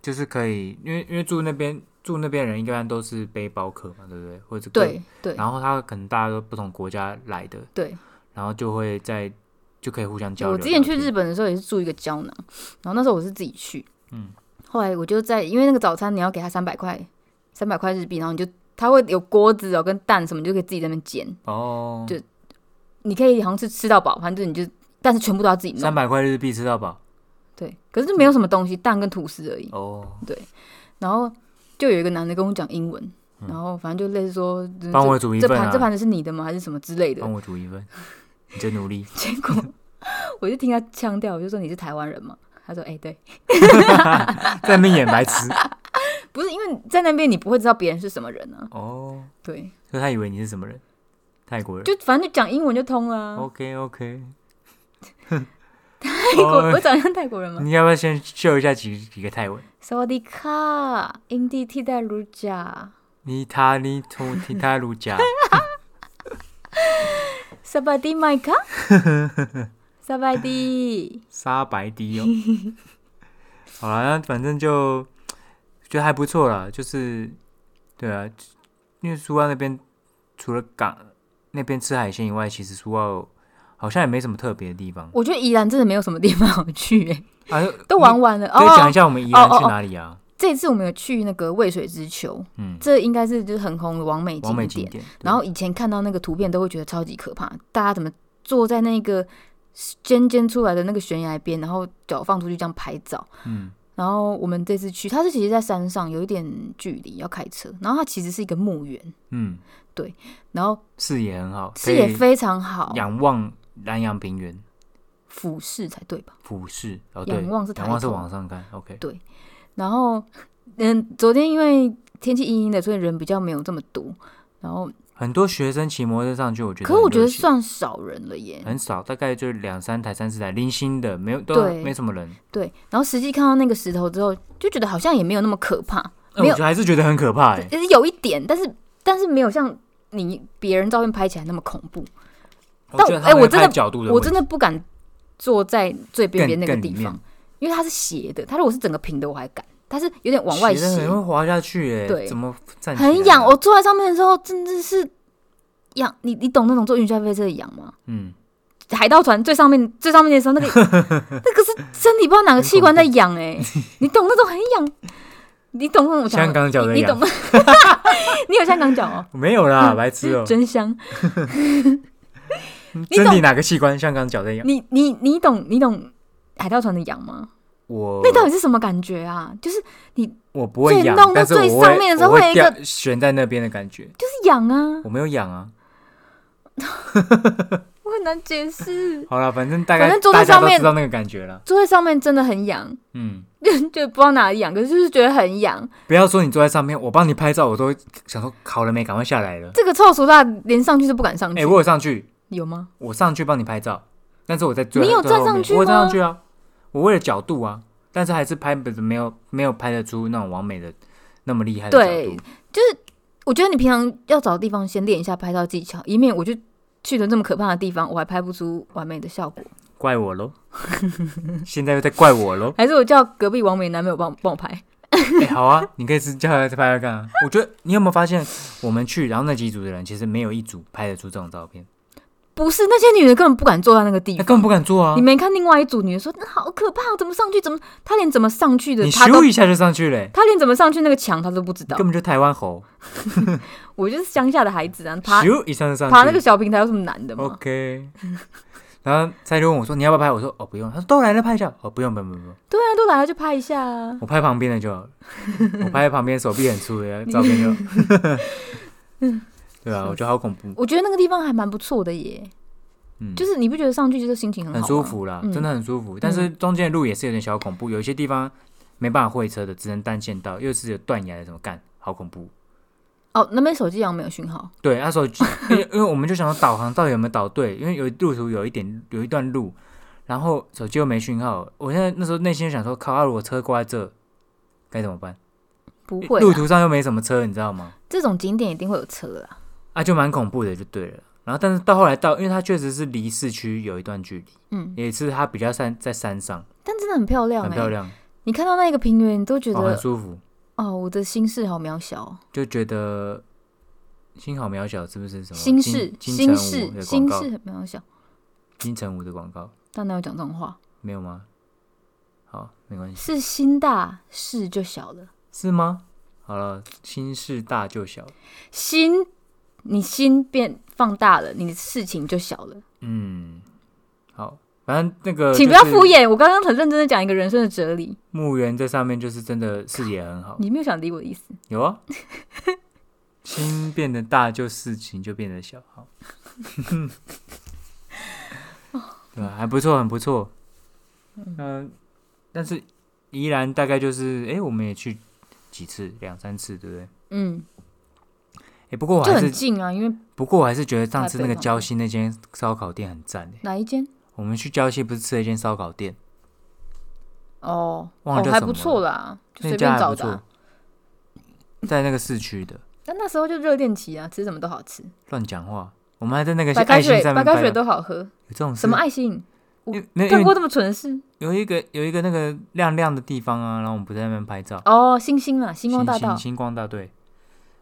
就是可以，因为因为住那边住那边人一般都是背包客嘛，对不对？或者是各
对对
然后他可能大家都不同国家来的，
对，
然后就会在就可以互相交流
我
聊
之
天。
前去日本的时候也是住一个胶囊，然后那时候我是自己去，
嗯，
后来我就在因为那个早餐你要给他三百块，三百块日币，然后你就他会有锅子哦跟蛋什么，你就可以自己在那边煎，
哦，
就你可以好像是吃到饱，反正你就但是全部都要自己弄
三。百块日币吃到饱
对，可是就没有什么东西，蛋跟吐司而已。
哦，
然后就有一个男的跟我讲英文，然后反正就类似说，嗯
嗯帮
这
我煮一
这
份
盘
啊
这，盘子是你的吗？还是什么之类的
帮？我煮一 份，你真努力。
结果 我就听他腔调，我就说你是台湾人吗？他说：“哎、对，
在那边演白 痴
不是因为在那边你不会知道别人是什么人啊，
哦，
对，
所以他以为你是什么人？泰国人。
就反正就讲英文就通了啊、
OK OK，
泰国，我长得像泰国人吗？
哦你要不要先秀一下几几个泰文？
萨瓦迪卡，印地替代如甲，
你他你从提他鲁 加，
萨巴迪麦 卡，萨巴迪，
沙白迪哦。 好啦，那反正就觉得还不错啦，就是对啊，因为苏澳那边除了港那边吃海鲜以外，其实苏澳好像也没什么特别的地方
我觉得宜兰真的没有什么地方好去、哎，
啊。
都玩完了。
你可以讲
哦
一，下我们宜兰
哦哦
去哪里啊？
这次我们有去那个渭水之丘，
嗯，
这应该是就是很红的王美
完美
哦景
景
点。
点。对
然后以前看到那个图片都会觉得超级可怕，大家怎么坐在那个尖尖出来的那个悬崖边，然后脚放出去这样拍照。
嗯，
然后我们这次去，它是其实在山上有一点距离要开车，然后它其实是一个墓园，
嗯，
然后
视野很好，
视野
可以
非常好，
仰望南洋平原。
俯视才对吧？
俯视哦，对，
仰望是抬
仰望是
头
往上看，OK，
然后嗯，昨天因为天气阴阴的，所以人比较没有这么多。然后，
很多学生骑摩托车上去，我觉得
可我
很
觉
热哎
得
血
算少人了耶，
很少，大概就两三台、三四台，零星的，没有都
对
没什么人。
对，然后实际看到那个石头之后，就觉得好像也没有那么可怕，
哎
没
我
有
觉得还是觉得很可怕哎。
也是有一点，但是但是没有像你别人照片拍起来那么恐怖。
我
但
觉得
我
他
哎
那
我
个
真
拍
的
角度的
我
问
真
题
的不敢坐在最边边那
更
个
更
地
里
方
面，，
因为它是斜的。它如果是整个平的，我还敢，它是有点往外
斜的
斜
很，会滑下去哎，
对
怎么站起来？啊
很痒。我坐在上面的时候，真的是痒。你你懂那种坐云霄飞车的痒吗？
嗯，
海盗船最上面最上面的时候， 那个那个是身体不知道哪个器官在痒哎、你懂那种很痒，你懂那种我讲的
香港脚的
你你
痒
懂吗？ 你有香港脚哦，
没有啦，白痴哦，
真香！
身
你懂
体嗯哪个器官像刚脚在痒？
你你你懂你懂海盗船的痒吗？
我
那到底是什么感觉啊？就是
我不会
最
痒
弄到，
但是
最
我
上面的时
会
候
我
会有
会
一个
掉悬在那边的感觉，
就是痒啊，
我没有痒啊。
我很难解释。
好了，反正大概
反正坐在
大家
上
都
面
知道那个感觉了。
坐在上面真的很痒，
嗯，
就不知道哪里痒，可是就是觉得很痒。
不要说你坐在上面，我帮你拍照，我都会想说好了没，赶快下来了。
这个臭俗辣连上去都不敢上
哎、
去，
我有上去，
有吗？
我上去帮你拍照，但是我在最
你有
最后
站上
面
去
我有站
吗
上去啊，我为了角度啊，但是还是拍不没有没有拍得出那种完美的那么厉害的角
对
度。，
就是我觉得你平常要找地方先练一下拍照技巧，以免我就去了这么可怕的地方，我还拍不出完美的效果。
怪我喽， 现在又在怪我 喽。
还是我叫隔壁王美男朋友帮我帮我拍，
哎、好啊，你可以是叫他再拍拍看啊。我觉得你有没有发现，我们去然后那几组的人其实没有一组拍得出这种照片，
不是那些女的根本不敢坐在那个地
他
方，
根本不敢坐 啊
你！没看另外一组女的说，那好可怕，怎么上去？怎么她连怎么上去的，
你
她都
咻一下就上去了欸、
她连怎么上去那个墙她都不知 道
根。本就台湾猴，
我就是乡下的孩子啊，爬
咻一下就上去。
爬那个小平台有什么难的吗？
OK 。 然后蔡就问我说：“你要不要拍？”我说：“哦，不用。”他说：“都来了，拍一下。”哦，不用，不用，不用，不用
对啊，都来了就拍一下啊。
我拍旁边的就好了。 我拍旁边手臂很粗的照片就。 对啊，我觉得好恐怖，
我觉得那个地方还蛮不错的耶，
嗯，
就是你不觉得上去就是心情很好
很
吗
舒？服啦，
嗯
真的很舒服。但是中间的路也是有点小恐怖，有一些地方没办法会车的，只能单线道，又是有断崖的，怎么干？好恐怖。
哦，那边手机好像没有讯号，
对，那时候因 为因为我们就想说导航到底有没有导对，因为有路途有一点有一段路，然后手机又没讯号，我现在那时候内心想说，靠，啊、如果车挂在这该怎么办？
不会啊
路
啦，
途上又没什么车，你知道吗？
这种景点一定会有车啦。
啊，就蛮恐怖的，就对了。然后，但是到后来到，因为它确实是离市区有一段距离，
嗯，
也是它比较山在山上，
但真的很漂亮
很
哎、
漂亮，
你看到那个平原，你欸都觉
哦，很
得
舒服，
哦，我的心事好渺小哦，
就觉得心好渺小，是不是什么？
心
金
事
金
心
城武
事
的
心
广
事
告，
很渺小。
金城武的广告
但哪有讲这种话？
没有吗？好，没关系。
是心大事就小了，
是吗？好了，心事大就小。
心你心变放大了，你的事情就小了。
嗯，好，反正那个
请不要
呃就是
敷衍，我刚刚很认真的讲一个人生的哲理，
墓园这上面就是真的视野很好，
你没有想理我的意思。
有啊。 心变得大，就事情就变得小。好， 对吧？还不错，很不错。嗯、但是宜兰大概就是，哎、我们也去几次，两三次，对不对？
嗯，
哎、不过我
就
还
很
是，
近啊，因为
不过我还是觉得上次
台
那个
北嘛
礁溪那间烧烤店很赞、欸
哪一间？
我们去礁溪不是吃了一间烧烤店，
哦，
忘了
哦
叫
还
什
不
么
错啦，就
那
随
家
便
还
找
不
的、啊
错。，在那个市区的，
但那时候就热恋期啊，吃什么都好吃，
乱讲话。我们还在那个
白
爱
开
心
水、
上
白
面
开
拍
水
到
都好喝，
有这种事
什么爱心？
嗯因为没有因
干
为
过这么蠢的事？
有一个有一个那个亮亮的地方啊，然后我们不在那边拍照。
哦，星星啦，星光大
星
道
星，星光大队。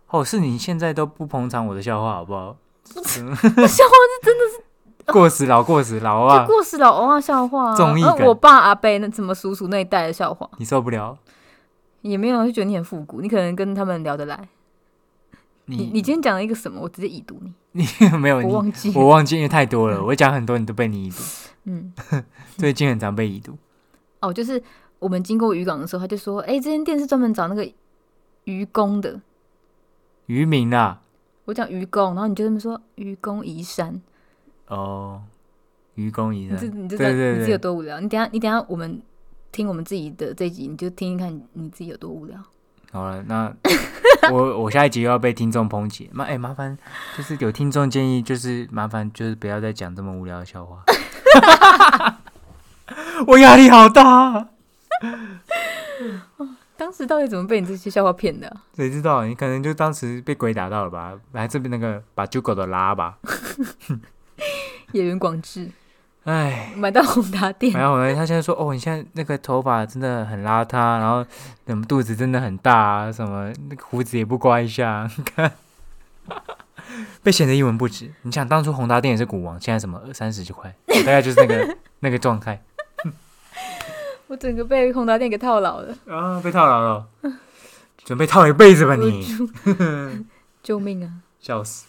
哦，是你现在都不捧场我的笑话好不好？
笑话
过时老过时老
这
啊，
过时老欧啊笑话啊，
综艺
呃
感
我爸阿伯那怎么叔叔那一代的笑话
你受不了。
也没有，就觉得你很复古，你可能跟他们聊得来。你你
你
今天讲了一个什么？我直接已读你，
你 没有
我
你，
忘记。
我忘记，因为太多了。我讲很多你都被你已读，
嗯，
最近很常被已读。
哦，就是我们经过渔港的时候，他就说：“哎、这间店是专门找那个渔工的。”
渔民啊啦，
我讲愚公，然后你就这么说愚公移山，
哦，愚公移
你这
山，
你这
对对
你自己
对
有多无聊？你等一下你等一下我们听我们自己的这一集，你就听听看你自己有多无聊。
好了，那我 我下一集又要被听众抨击，麻哎、麻烦就是有听众建议，就是麻烦就是不要再讲这么无聊的笑话， 我压力好大，
当时到底怎么被你这些笑话骗的啊、
谁知道你可能就当时被鬼打到了吧，来这边那个把酒狗的拉吧，
演员广志
哎。
买到宏达店，
然后呢，他现在说哦，你现在那个头发真的很邋遢，然后什么肚子真的很大啊，什么那个胡子也不刮一下，啊 看，被显得一文不值。你想当初宏达店也是股王，现在什么二三十就块，大概就是那个那个状态
我整个被宏达店给套牢了，
啊，被套牢了，准备套一辈子吧
我
你，
救救命啊！
笑死。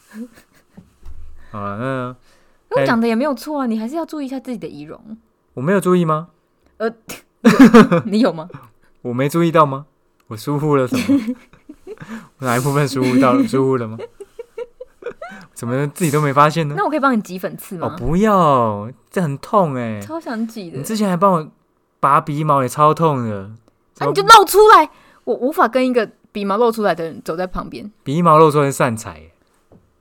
好了，那
因为
哎
我讲的也没有错啊，你还是要注意一下自己的仪容。
我没有注意吗？
你有吗？
我没注意到吗？我疏忽了什么？我哪一部分疏忽 到疏忽了吗？怎么自己都没发现呢？
那我可以帮你挤粉刺
哦，
吗？
不要，这很痛哎、
超想挤的
你，之前还帮我拔鼻毛，也超痛的。
那、啊你就露出来，我无法跟一个鼻毛露出来的人走在旁边。
鼻毛露出来是善财欸，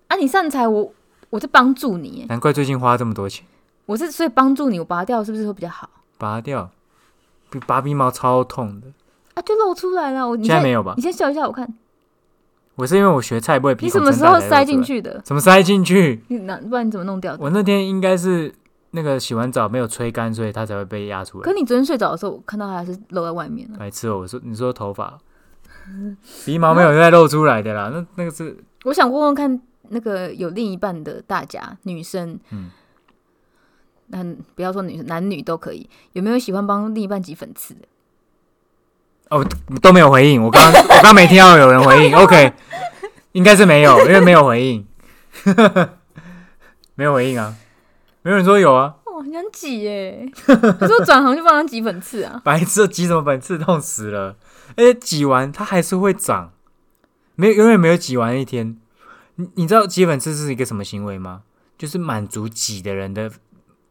啊，你善财，我我在帮助你耶，
难怪最近花这么多钱
我是所以帮助你，我拔掉是不是会比较好？
拔掉。比拔鼻毛超痛的，
啊，就露出来了。我你
现在没
有
有吧
你？先笑一下，我看
我是因为我学菜不会皮
你
孔
什么
撑
时
大
候
才露
塞
出
进
来？
去的？
怎么塞进 去？
你哪不然你怎么弄掉的？
我那天应该是那个洗完澡没有吹干，所以它才会被压出来
可。你昨天睡着的时候，我看到它还是露在外面了。
白痴哦、我说你 说头发，鼻毛没有再露出来的啦，那那个是
我想问问看，那个有另一半的大家女生，嗯，那不要说女生，男女都可以，有没有喜欢帮另一半挤粉刺的？
哦，都没有回应。我刚我刚没听到有人回应。OK，应 该是没有，因为没有回应， 没有回应啊，没有人说有啊，
哦，很想 挤耶！可是我转行就帮他挤粉刺啊。
白痴，挤什么粉刺痛死了！而且挤完它还是会长，没有永远没有挤完一天。你你知道挤粉刺是一个什么行为吗？就是满足挤的人的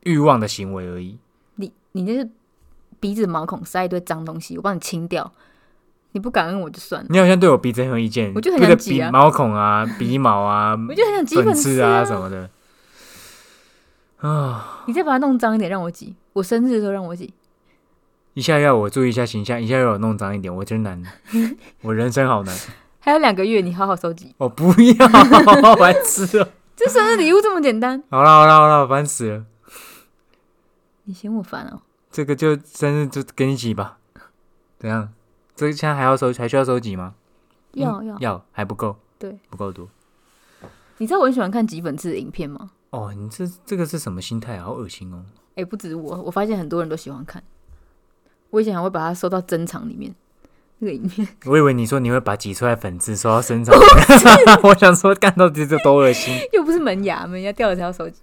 欲望的行为而已。
你你那是鼻子毛孔塞一堆脏东西，我帮你清掉。你不感恩我就算了，
你好像对我鼻子很有意见，
我就很
对着
想挤啊
鼻毛孔啊、 鼻毛 啊、
我就很想挤
粉
刺
刺
啊
啊什么的啊。
你再把它弄脏一点让我挤，我生日的时候让我挤。
一下要我注意一下形象，一下要我弄脏一点，我真 难，我人生好难，
还有两个月，你好好收集。
我不要，烦死 了。
这生日礼物这么简单，
好了好了好了，烦死了，
你嫌我烦哦？
这个就生日就给你挤吧，怎样？这个现在还要收，还需要收集吗？
要要，
要还不够，
对，
不够多。
你知道我很喜欢看挤粉刺的影片吗？
哦，你这这个是什么心态啊？好恶心哦！
哎、不止我，我发现很多人都喜欢看。我以前还会把它收到珍藏里面，那个影片。
我以为你说你会把挤出来粉刺收到身上， 我想说干到底这多恶心。
又不是门牙，门牙掉了才要收集。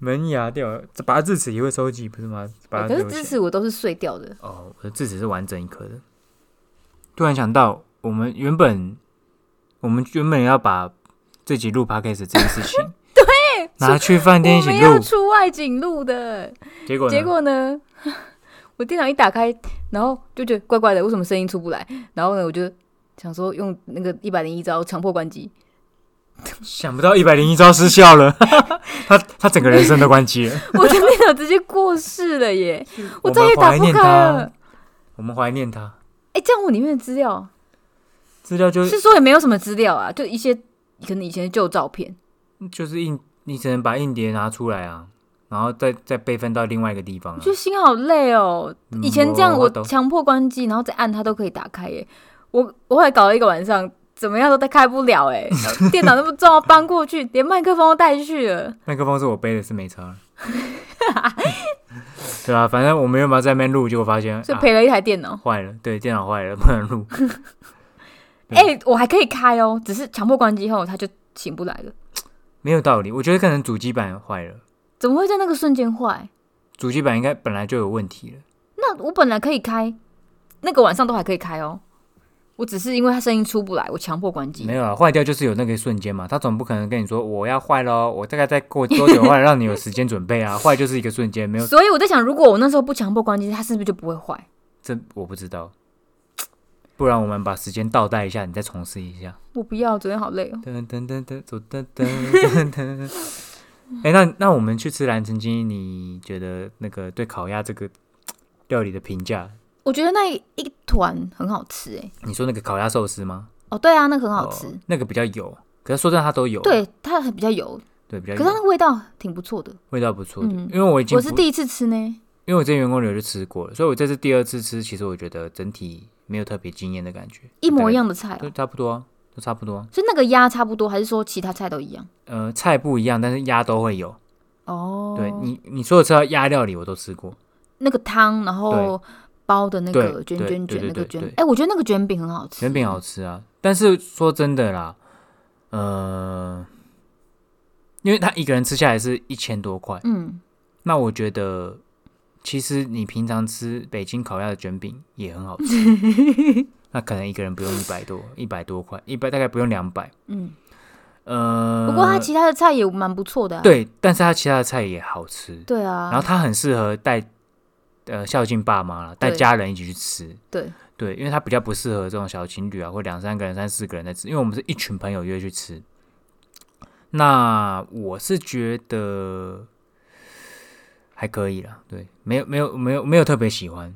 门牙掉了，这拔智齿也会收集不是吗？拔它
欸可是
留起来
智齿我都是碎掉的，
哦，我的智齿是完整一颗的。突然想到，我们原本我们原本要把这集录 podcast 这件事 情，对，拿去饭店一
我
起
们
录
要，出外景录的。
结果呢
结果呢， 我电脑一打开，然后就觉得怪怪的，为什么声音出不来？然后呢，我就想说用那个一百零一招强迫关机，
想不到一百零一招失效了， 他他整个人生都关机了。
我的电脑直接过世了耶！我再也
们
打
怀
不
念
开
他
了，。
我们怀念他，
哎、这样我里面的资料
资料就是
说也没有什么资料啊，就一些可能以前的旧照
嗯
片。
就是硬，你只能把硬碟拿出来啊，然后再再备份到另外一个地方
我
啊
觉。得心好累哦。
嗯
以前这样
我
我
懂
强迫关机，然后再按它都可以打开耶。我我后来搞了一个晚上，怎么样都开不了 哎。电脑那么重，要搬过去，连麦克风都带 去了。
麦克风是我背的，是没差。对啊，反正我们原本要在那边录，结果发现
所以
啊
赔了一台电脑。
坏了，对，电脑坏了，不能录。对
哎、我还可以开哦，只是强迫关机后它就醒不来了。
没有道理，我觉得可能主机板坏了，
怎么会在那个瞬间坏？
主机板应该本来就有问题了。
那我本来可以开，那个晚上都还可以开哦。我只是因为它声音出不来，我强迫关机
没。有啊，坏掉就是有那个瞬间嘛，他总不可能跟你说我要坏咯，我大概再过多久 坏，让你有时间准备啊。坏就是一个瞬间，没有
所以我在想，如果我那时候不强迫关机，它是不是就不会坏？
这我不知道。不然我们把时间倒带一下，你再重试一下。
我不要，昨天好累哦。
噔噔噔噔，走噔噔噔噔。哎、那那我们去吃蓝城鸡，你觉得那个对烤鸭这个料理的评价？
我觉得那一团很好吃哎、
你说那个烤鸭寿司吗？
哦，对啊，那个很好吃。
哦那个比较油，可是说真的它都有，
对，它很比较油，
对比较油
可是它，那个味道挺不错的。
味道不错的。
嗯
因为我已经
我
不
是第一次吃呢，
因为我之前员工旅游就吃过了，所以我这次第二次吃，其实我觉得整体没有特别惊艳的感觉，
一模一样的菜、
大概，
哦，
都差不多啊，都差不多啊。
所以那个鸭差不多，还是说其他菜都一样？
呃，菜不一样，但是鸭都会有。
哦，
对你你说的吃到鸭料理，我都吃过。
那个汤，然后包的那个
对
卷
对对
卷卷
对
那个
对
卷
对，
哎、我觉得那个卷饼很好吃，
卷饼好吃啊，但是说真的啦，呃，因为他一个人吃下来是一千多块，
嗯，
那我觉得其实你平常吃北京烤鸭的卷饼也很好 吃，那可能一个人不用一百多，一百多块，一百大概不用两百，
嗯，
呃，
不过它其他的菜也蛮不错的、啊，
对，但是它其他的菜也好吃，
对啊，
然后它很适合带呃孝敬爸妈啦，带
对
家人一起去吃，
对
对，因为它比较不适合这种小情侣啊，或两三个人、三四个人在吃，因为我们是一群朋友约去吃。那我是觉得还可以啦，对，没有没有没有没有特别喜欢，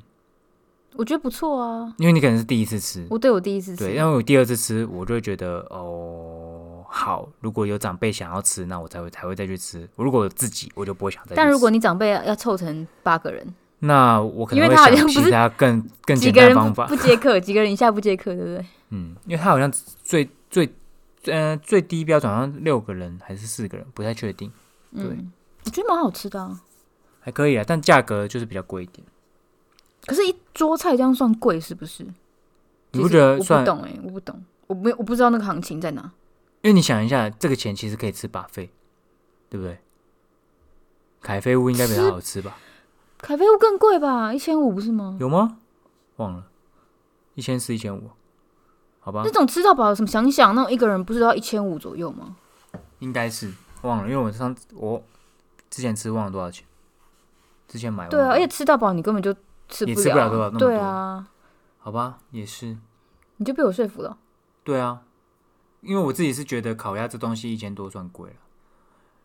我觉得不错啊，
因为你可能是第一次吃，
我对我第一次吃，
对，因为我第二次吃，我就会觉得哦好，如果有长辈想要吃，那我才会才会再去吃，如果我自己我就不会想再去吃。
但如果你长辈要凑成八个人，
那我可
因
能
为
会
它好像
想
不
其
是
他更更
几
简
个
单的
人
方
不
法，
不接客，几个人以下不接客，对不对？
嗯，因为它好像最最呃，最低标准好像六个人还是四个人，不太确定，
嗯，我觉得蛮好吃的、啊。
还可以啊，但价格就是比较贵一点。
可是，一桌菜这样算贵是不是？
你不觉得
其实我
算
不？懂哎、我不懂，我没我不知道那个行情在哪。
因为你想一下，这个钱其实可以吃把费，对不对？凯菲屋应该比它好吃吧？
凯菲屋更贵吧，一千五不是吗？
有吗？忘了，一千四、一千五，好吧
那，种吃到饱，什么想一想，那种一个人不是都要一千五左右吗？
应该是忘了，因为我上我之前吃忘了多少钱，之前买忘
对啊，
了
而且吃到饱你根本就吃
哦也
不
吃不了多少
啊
那么
对
多
啊，
好吧，也是，
你就被我说服了。
对啊，因为我自己是觉得烤鸭这东西一千多算贵了，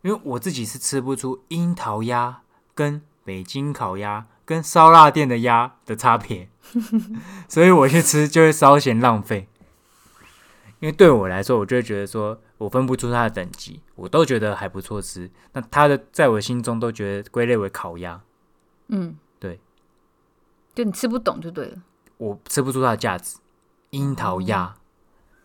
因为我自己是吃不出樱桃鸭跟北京烤鸭跟烧腊店的鸭的差别，所以我去吃就会稍显浪费。因为对我来说，我就会觉得说我分不出它的等级，我都觉得还不错吃，那它的在我心中都觉得归类为烤鸭，
嗯，
对，
就你吃不懂就对了。
我吃不出它的价值。樱桃鸭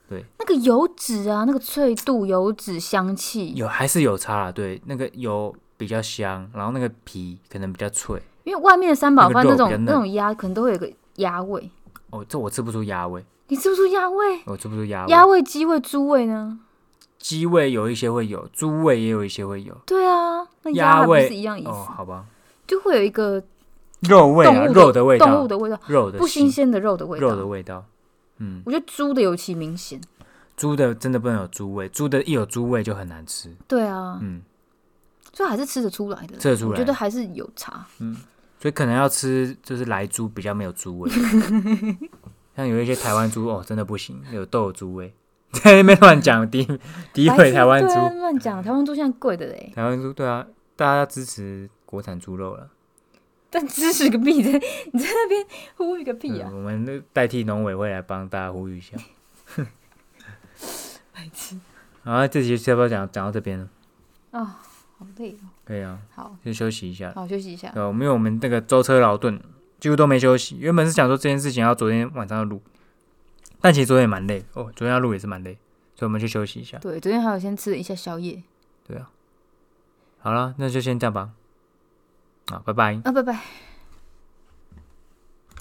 那个油脂啊，那个脆度、油脂、香气，
有还是有差啦，对，那个油比较香，然后那个皮可能比较脆。
因为外面的三宝饭
那个
那
肉
种
比较嫩
那种鸭，可能都会有一个鸭味。
哦，这我吃不出鸭味，
你吃不出鸭味？
我吃不出鸭味。
鸭味、鸡味、猪味呢？
鸡味有一些会有，猪味也有一些会有。
对啊，那
鸭
鸭还不
味
是一样意思？
哦，好吧，
就会有一个
肉味啊，
动物
肉的味
动物
道，
的味道，
肉的
不新
腥
鲜的肉的味道。
肉的味道。嗯，
我觉得猪的尤其明显。
猪的真的不能有猪味，猪的一有猪味就很难吃。
对啊，
嗯，
所以还是吃得出来的啦。
吃得出来
我觉得还是有差。
所以可能要吃就是来猪比较没有猪味，像有一些台湾猪哦，真的不行，有都有猪味， 在那边乱讲诋诋
白
毁
痴
台湾
对啊
猪。
乱讲，台湾猪现在贵的嘞，
台湾猪对啊，大家要支持国产猪肉了。
但支持个屁！你在 你在那边呼吁个屁
嗯
啊！
我们那代替农委会来帮大家呼吁一下。
白痴
然后啊这集差不多讲讲到这边了，
啊、好累哦。
可以啊，
好，
就休息一下。
好休息一下。
对啊，因为我们那个舟车劳顿，几乎都没休息。原本是想说这件事情要昨天晚上要录，但其实昨天也蛮累哦，昨天要录也是蛮累，所以我们去休息一下。
对，昨天还有先吃了一下宵夜
对啊，好了，那就先这样吧。好，拜拜。
啊，拜拜。